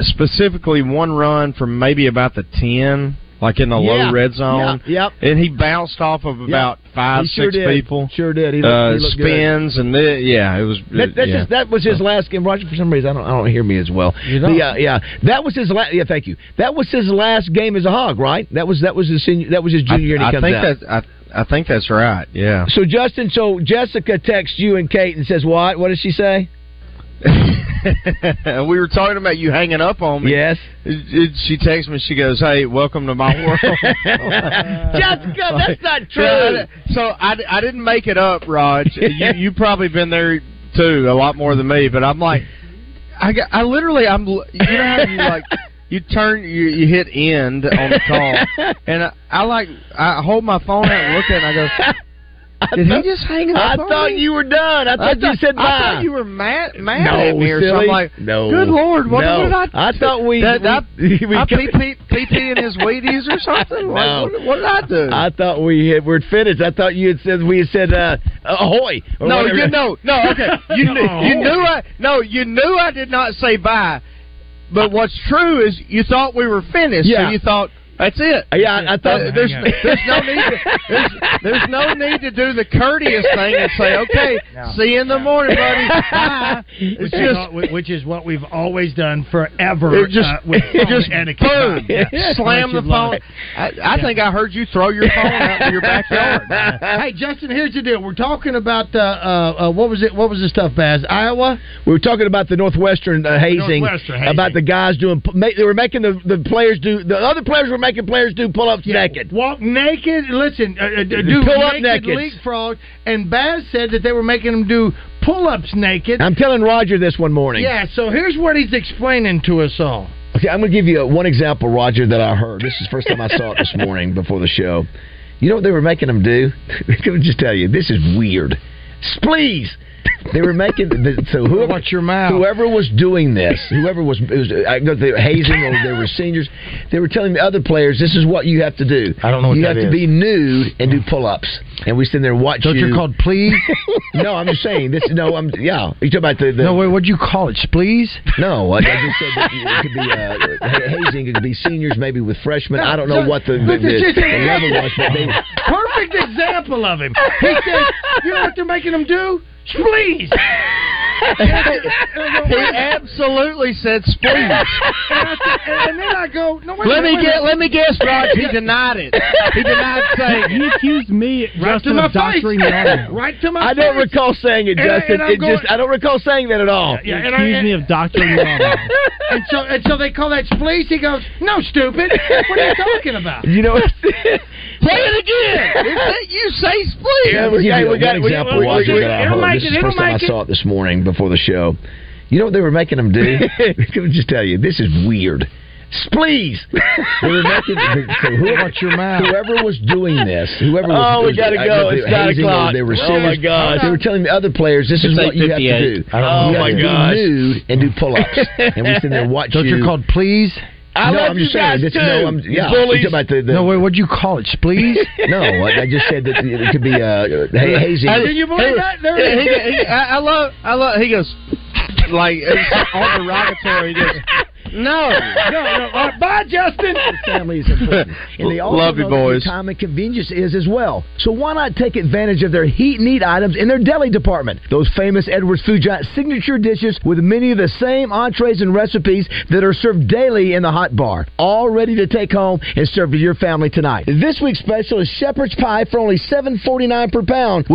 [SPEAKER 25] specifically one run from maybe about the ten.
[SPEAKER 5] like in the
[SPEAKER 2] Yeah,
[SPEAKER 5] low red zone.
[SPEAKER 2] yeah,
[SPEAKER 5] yep. And he bounced off of about five,
[SPEAKER 2] He sure
[SPEAKER 5] six
[SPEAKER 2] did.
[SPEAKER 5] people.
[SPEAKER 2] Sure did. He looked,
[SPEAKER 5] uh,
[SPEAKER 2] he looked good.
[SPEAKER 5] spins and the, yeah, it was.
[SPEAKER 2] That, that's
[SPEAKER 5] yeah. Oh.
[SPEAKER 2] his, that was his last game. Roger, for some reason, I don't, I don't hear me as well.
[SPEAKER 5] don't?
[SPEAKER 2] Yeah, yeah. That was his last. Yeah, thank you. That was his last game as a hog, right? That was that was his senior. That was his junior year. And he
[SPEAKER 5] I
[SPEAKER 2] comes
[SPEAKER 5] think
[SPEAKER 2] out.
[SPEAKER 5] that I, I think that's right. Yeah.
[SPEAKER 2] So Justin, so Jessica texts you and Kate and says what? What does she say?
[SPEAKER 5] we were talking about you hanging up on me.
[SPEAKER 2] Yes.
[SPEAKER 5] She texts me. She goes, "Hey, welcome to my world."
[SPEAKER 2] Jessica,
[SPEAKER 5] that's
[SPEAKER 2] not
[SPEAKER 5] Yeah, I- so I, I didn't make it up, Raj. you you probably been there too a lot more than me. But I'm like, I, got- I literally I'm l- you know how you like you turn you you hit end on the call, and I, I like I hold my phone out and look at it, and I go. Did he just hang up?
[SPEAKER 2] I
[SPEAKER 5] on
[SPEAKER 2] thought
[SPEAKER 5] me?
[SPEAKER 2] you were done. I thought you said
[SPEAKER 5] I
[SPEAKER 2] bye.
[SPEAKER 5] thought you were mad, mad
[SPEAKER 2] No,
[SPEAKER 5] at me or
[SPEAKER 2] silly.
[SPEAKER 5] something. Like,
[SPEAKER 2] No.
[SPEAKER 5] Good lord, what,
[SPEAKER 2] No.
[SPEAKER 5] what did I?
[SPEAKER 2] I thought we-
[SPEAKER 5] that, that,
[SPEAKER 2] we- we-
[SPEAKER 5] I PP, PP in his Wheaties or something. Like,
[SPEAKER 2] No.
[SPEAKER 5] what, what did I do?
[SPEAKER 2] I thought we had, we're finished. I thought you had said we had said uh, ahoy. or
[SPEAKER 5] no,
[SPEAKER 2] whatever.
[SPEAKER 5] you no, no. Okay, you knew, you
[SPEAKER 2] No.
[SPEAKER 5] knew I no, you knew I did not say bye. But what's true is you thought we were finished,
[SPEAKER 2] Yeah.
[SPEAKER 5] so you thought that's it.
[SPEAKER 2] Yeah, I- I thought-
[SPEAKER 5] Uh, there's there's no need to, there's, there's no need to do the courteous thing and say okay,
[SPEAKER 2] No.
[SPEAKER 5] see you in the morning, buddy. Bye.
[SPEAKER 2] It's
[SPEAKER 3] which,
[SPEAKER 2] just-
[SPEAKER 3] is, all- whi- which is what we've always done forever.
[SPEAKER 2] It just-
[SPEAKER 3] uh, with
[SPEAKER 2] it
[SPEAKER 3] phone
[SPEAKER 2] just
[SPEAKER 3] etiquette.
[SPEAKER 2] boom.
[SPEAKER 5] Slam the phone. I, I think I heard you throw your phone out in your backyard.
[SPEAKER 3] hey, Justin, here's the deal. We're talking about uh, uh, uh, what was it? What was the stuff, Baz? Iowa.
[SPEAKER 2] We were talking about the Northwestern uh, hazing,
[SPEAKER 3] Northwestern hazing.
[SPEAKER 2] about the guys doing. ma- They were making the, the players do. The other players were making players do pull ups naked.
[SPEAKER 3] Walk naked. Listen, uh, uh, do
[SPEAKER 2] Pull up
[SPEAKER 3] naked
[SPEAKER 2] nakeds.
[SPEAKER 3] leapfrog. And Baz said that they were making them do pull-ups naked.
[SPEAKER 2] I'm telling Roger this one morning.
[SPEAKER 3] Yeah. So here's what he's explaining to us all.
[SPEAKER 2] Oh. Okay, I'm going to give you uh, one example, Roger, that I heard. This is the first time I saw it this morning before the show. You know what they were making them do? I'm going to just tell you, this is weird. Splees! They were making the, so whoever Watch your mouth. whoever was doing this, whoever was, it was I know they were hazing or they were seniors, they were telling the other players, "This is what you have to do. I don't
[SPEAKER 26] know what
[SPEAKER 2] you
[SPEAKER 26] that
[SPEAKER 2] have to
[SPEAKER 26] is.
[SPEAKER 2] be nude and do pull-ups." And we sit there and watch
[SPEAKER 26] Those
[SPEAKER 2] you.
[SPEAKER 26] are called
[SPEAKER 2] please? no, I'm just saying this. No, I'm yeah. You talking about the, the
[SPEAKER 26] No, wait, what'd you call it? Splees?
[SPEAKER 2] No, I, I just said that it could be uh, ha- hazing. It could be seniors, maybe with freshmen. I don't know what the, the,
[SPEAKER 3] But this
[SPEAKER 2] the,
[SPEAKER 3] is-
[SPEAKER 2] the level was, but they
[SPEAKER 3] Perfect example of him. He said, "You know what they're making him do? Please."
[SPEAKER 5] he absolutely said spleens.
[SPEAKER 3] And, I said- and- and then I go, no, wait, a
[SPEAKER 5] Let
[SPEAKER 3] minute,
[SPEAKER 5] me get.
[SPEAKER 3] wait a minute.
[SPEAKER 5] Let me guess, Rog. He denied it. He denied saying.
[SPEAKER 2] He accused me,
[SPEAKER 3] right to my face, right to my.
[SPEAKER 2] I don't
[SPEAKER 3] face.
[SPEAKER 2] recall saying it,
[SPEAKER 3] And I-
[SPEAKER 2] Justin.
[SPEAKER 3] and I'm
[SPEAKER 2] it
[SPEAKER 3] going-
[SPEAKER 2] just I don't recall saying that at all.
[SPEAKER 3] Yeah, and I- Accuse me
[SPEAKER 2] of doctoring
[SPEAKER 3] and so, and so they call that splees. He goes, "No, stupid. What are you talking about?"
[SPEAKER 2] You know,
[SPEAKER 5] Say it again. It's that you say spleens.
[SPEAKER 2] Yeah, we'll give you one example, Roger, that I
[SPEAKER 5] it'll
[SPEAKER 2] heard.
[SPEAKER 5] make
[SPEAKER 2] This is the
[SPEAKER 5] it'll
[SPEAKER 2] first time I
[SPEAKER 5] make it.
[SPEAKER 2] saw it this morning before the show. You know what they were making them do? Let me just tell you, this is weird. Splees. They were making- so whoever, whoever was doing this, whoever was
[SPEAKER 5] Oh, we
[SPEAKER 2] was-
[SPEAKER 5] gotta
[SPEAKER 2] I-
[SPEAKER 5] go.
[SPEAKER 2] they-
[SPEAKER 5] It's nine
[SPEAKER 2] hazing or
[SPEAKER 5] o'clock.
[SPEAKER 2] They were
[SPEAKER 5] Oh,
[SPEAKER 2] seniors.
[SPEAKER 5] my God. Oh,
[SPEAKER 2] They were telling the other players, this is
[SPEAKER 5] It's
[SPEAKER 2] what you have to
[SPEAKER 5] 8:58.
[SPEAKER 2] do.
[SPEAKER 5] I don't
[SPEAKER 2] You
[SPEAKER 5] know who
[SPEAKER 2] have
[SPEAKER 5] that
[SPEAKER 2] to be
[SPEAKER 5] is.
[SPEAKER 2] nude and do pull-ups. and we sit there and watch
[SPEAKER 26] Those
[SPEAKER 2] you.
[SPEAKER 26] are called please?
[SPEAKER 2] I No, love I'm just you saying, guys, this- no, too, I'm- yeah, you bullies. talking about the- the-
[SPEAKER 26] no, wait, what'd you call it? Splees?
[SPEAKER 2] no, I I just said that it could be uh, ha- hazing.
[SPEAKER 5] I- he- he- he- he- I, I love. I love. He goes like it's all derogatory. He goes, no,
[SPEAKER 2] no, no.
[SPEAKER 5] uh,
[SPEAKER 2] bye, Justin. families and prison. And they also
[SPEAKER 5] Love you,
[SPEAKER 2] know that
[SPEAKER 5] boys.
[SPEAKER 2] the time and convenience is as well. So why not take advantage of their heat and eat items in their deli department? Those famous Edwards Food Giant signature dishes with many of the same entrees and recipes that are served daily in the hot bar, all ready to take home and serve to your family tonight. This week's special is shepherd's pie for only $7.49 per pound with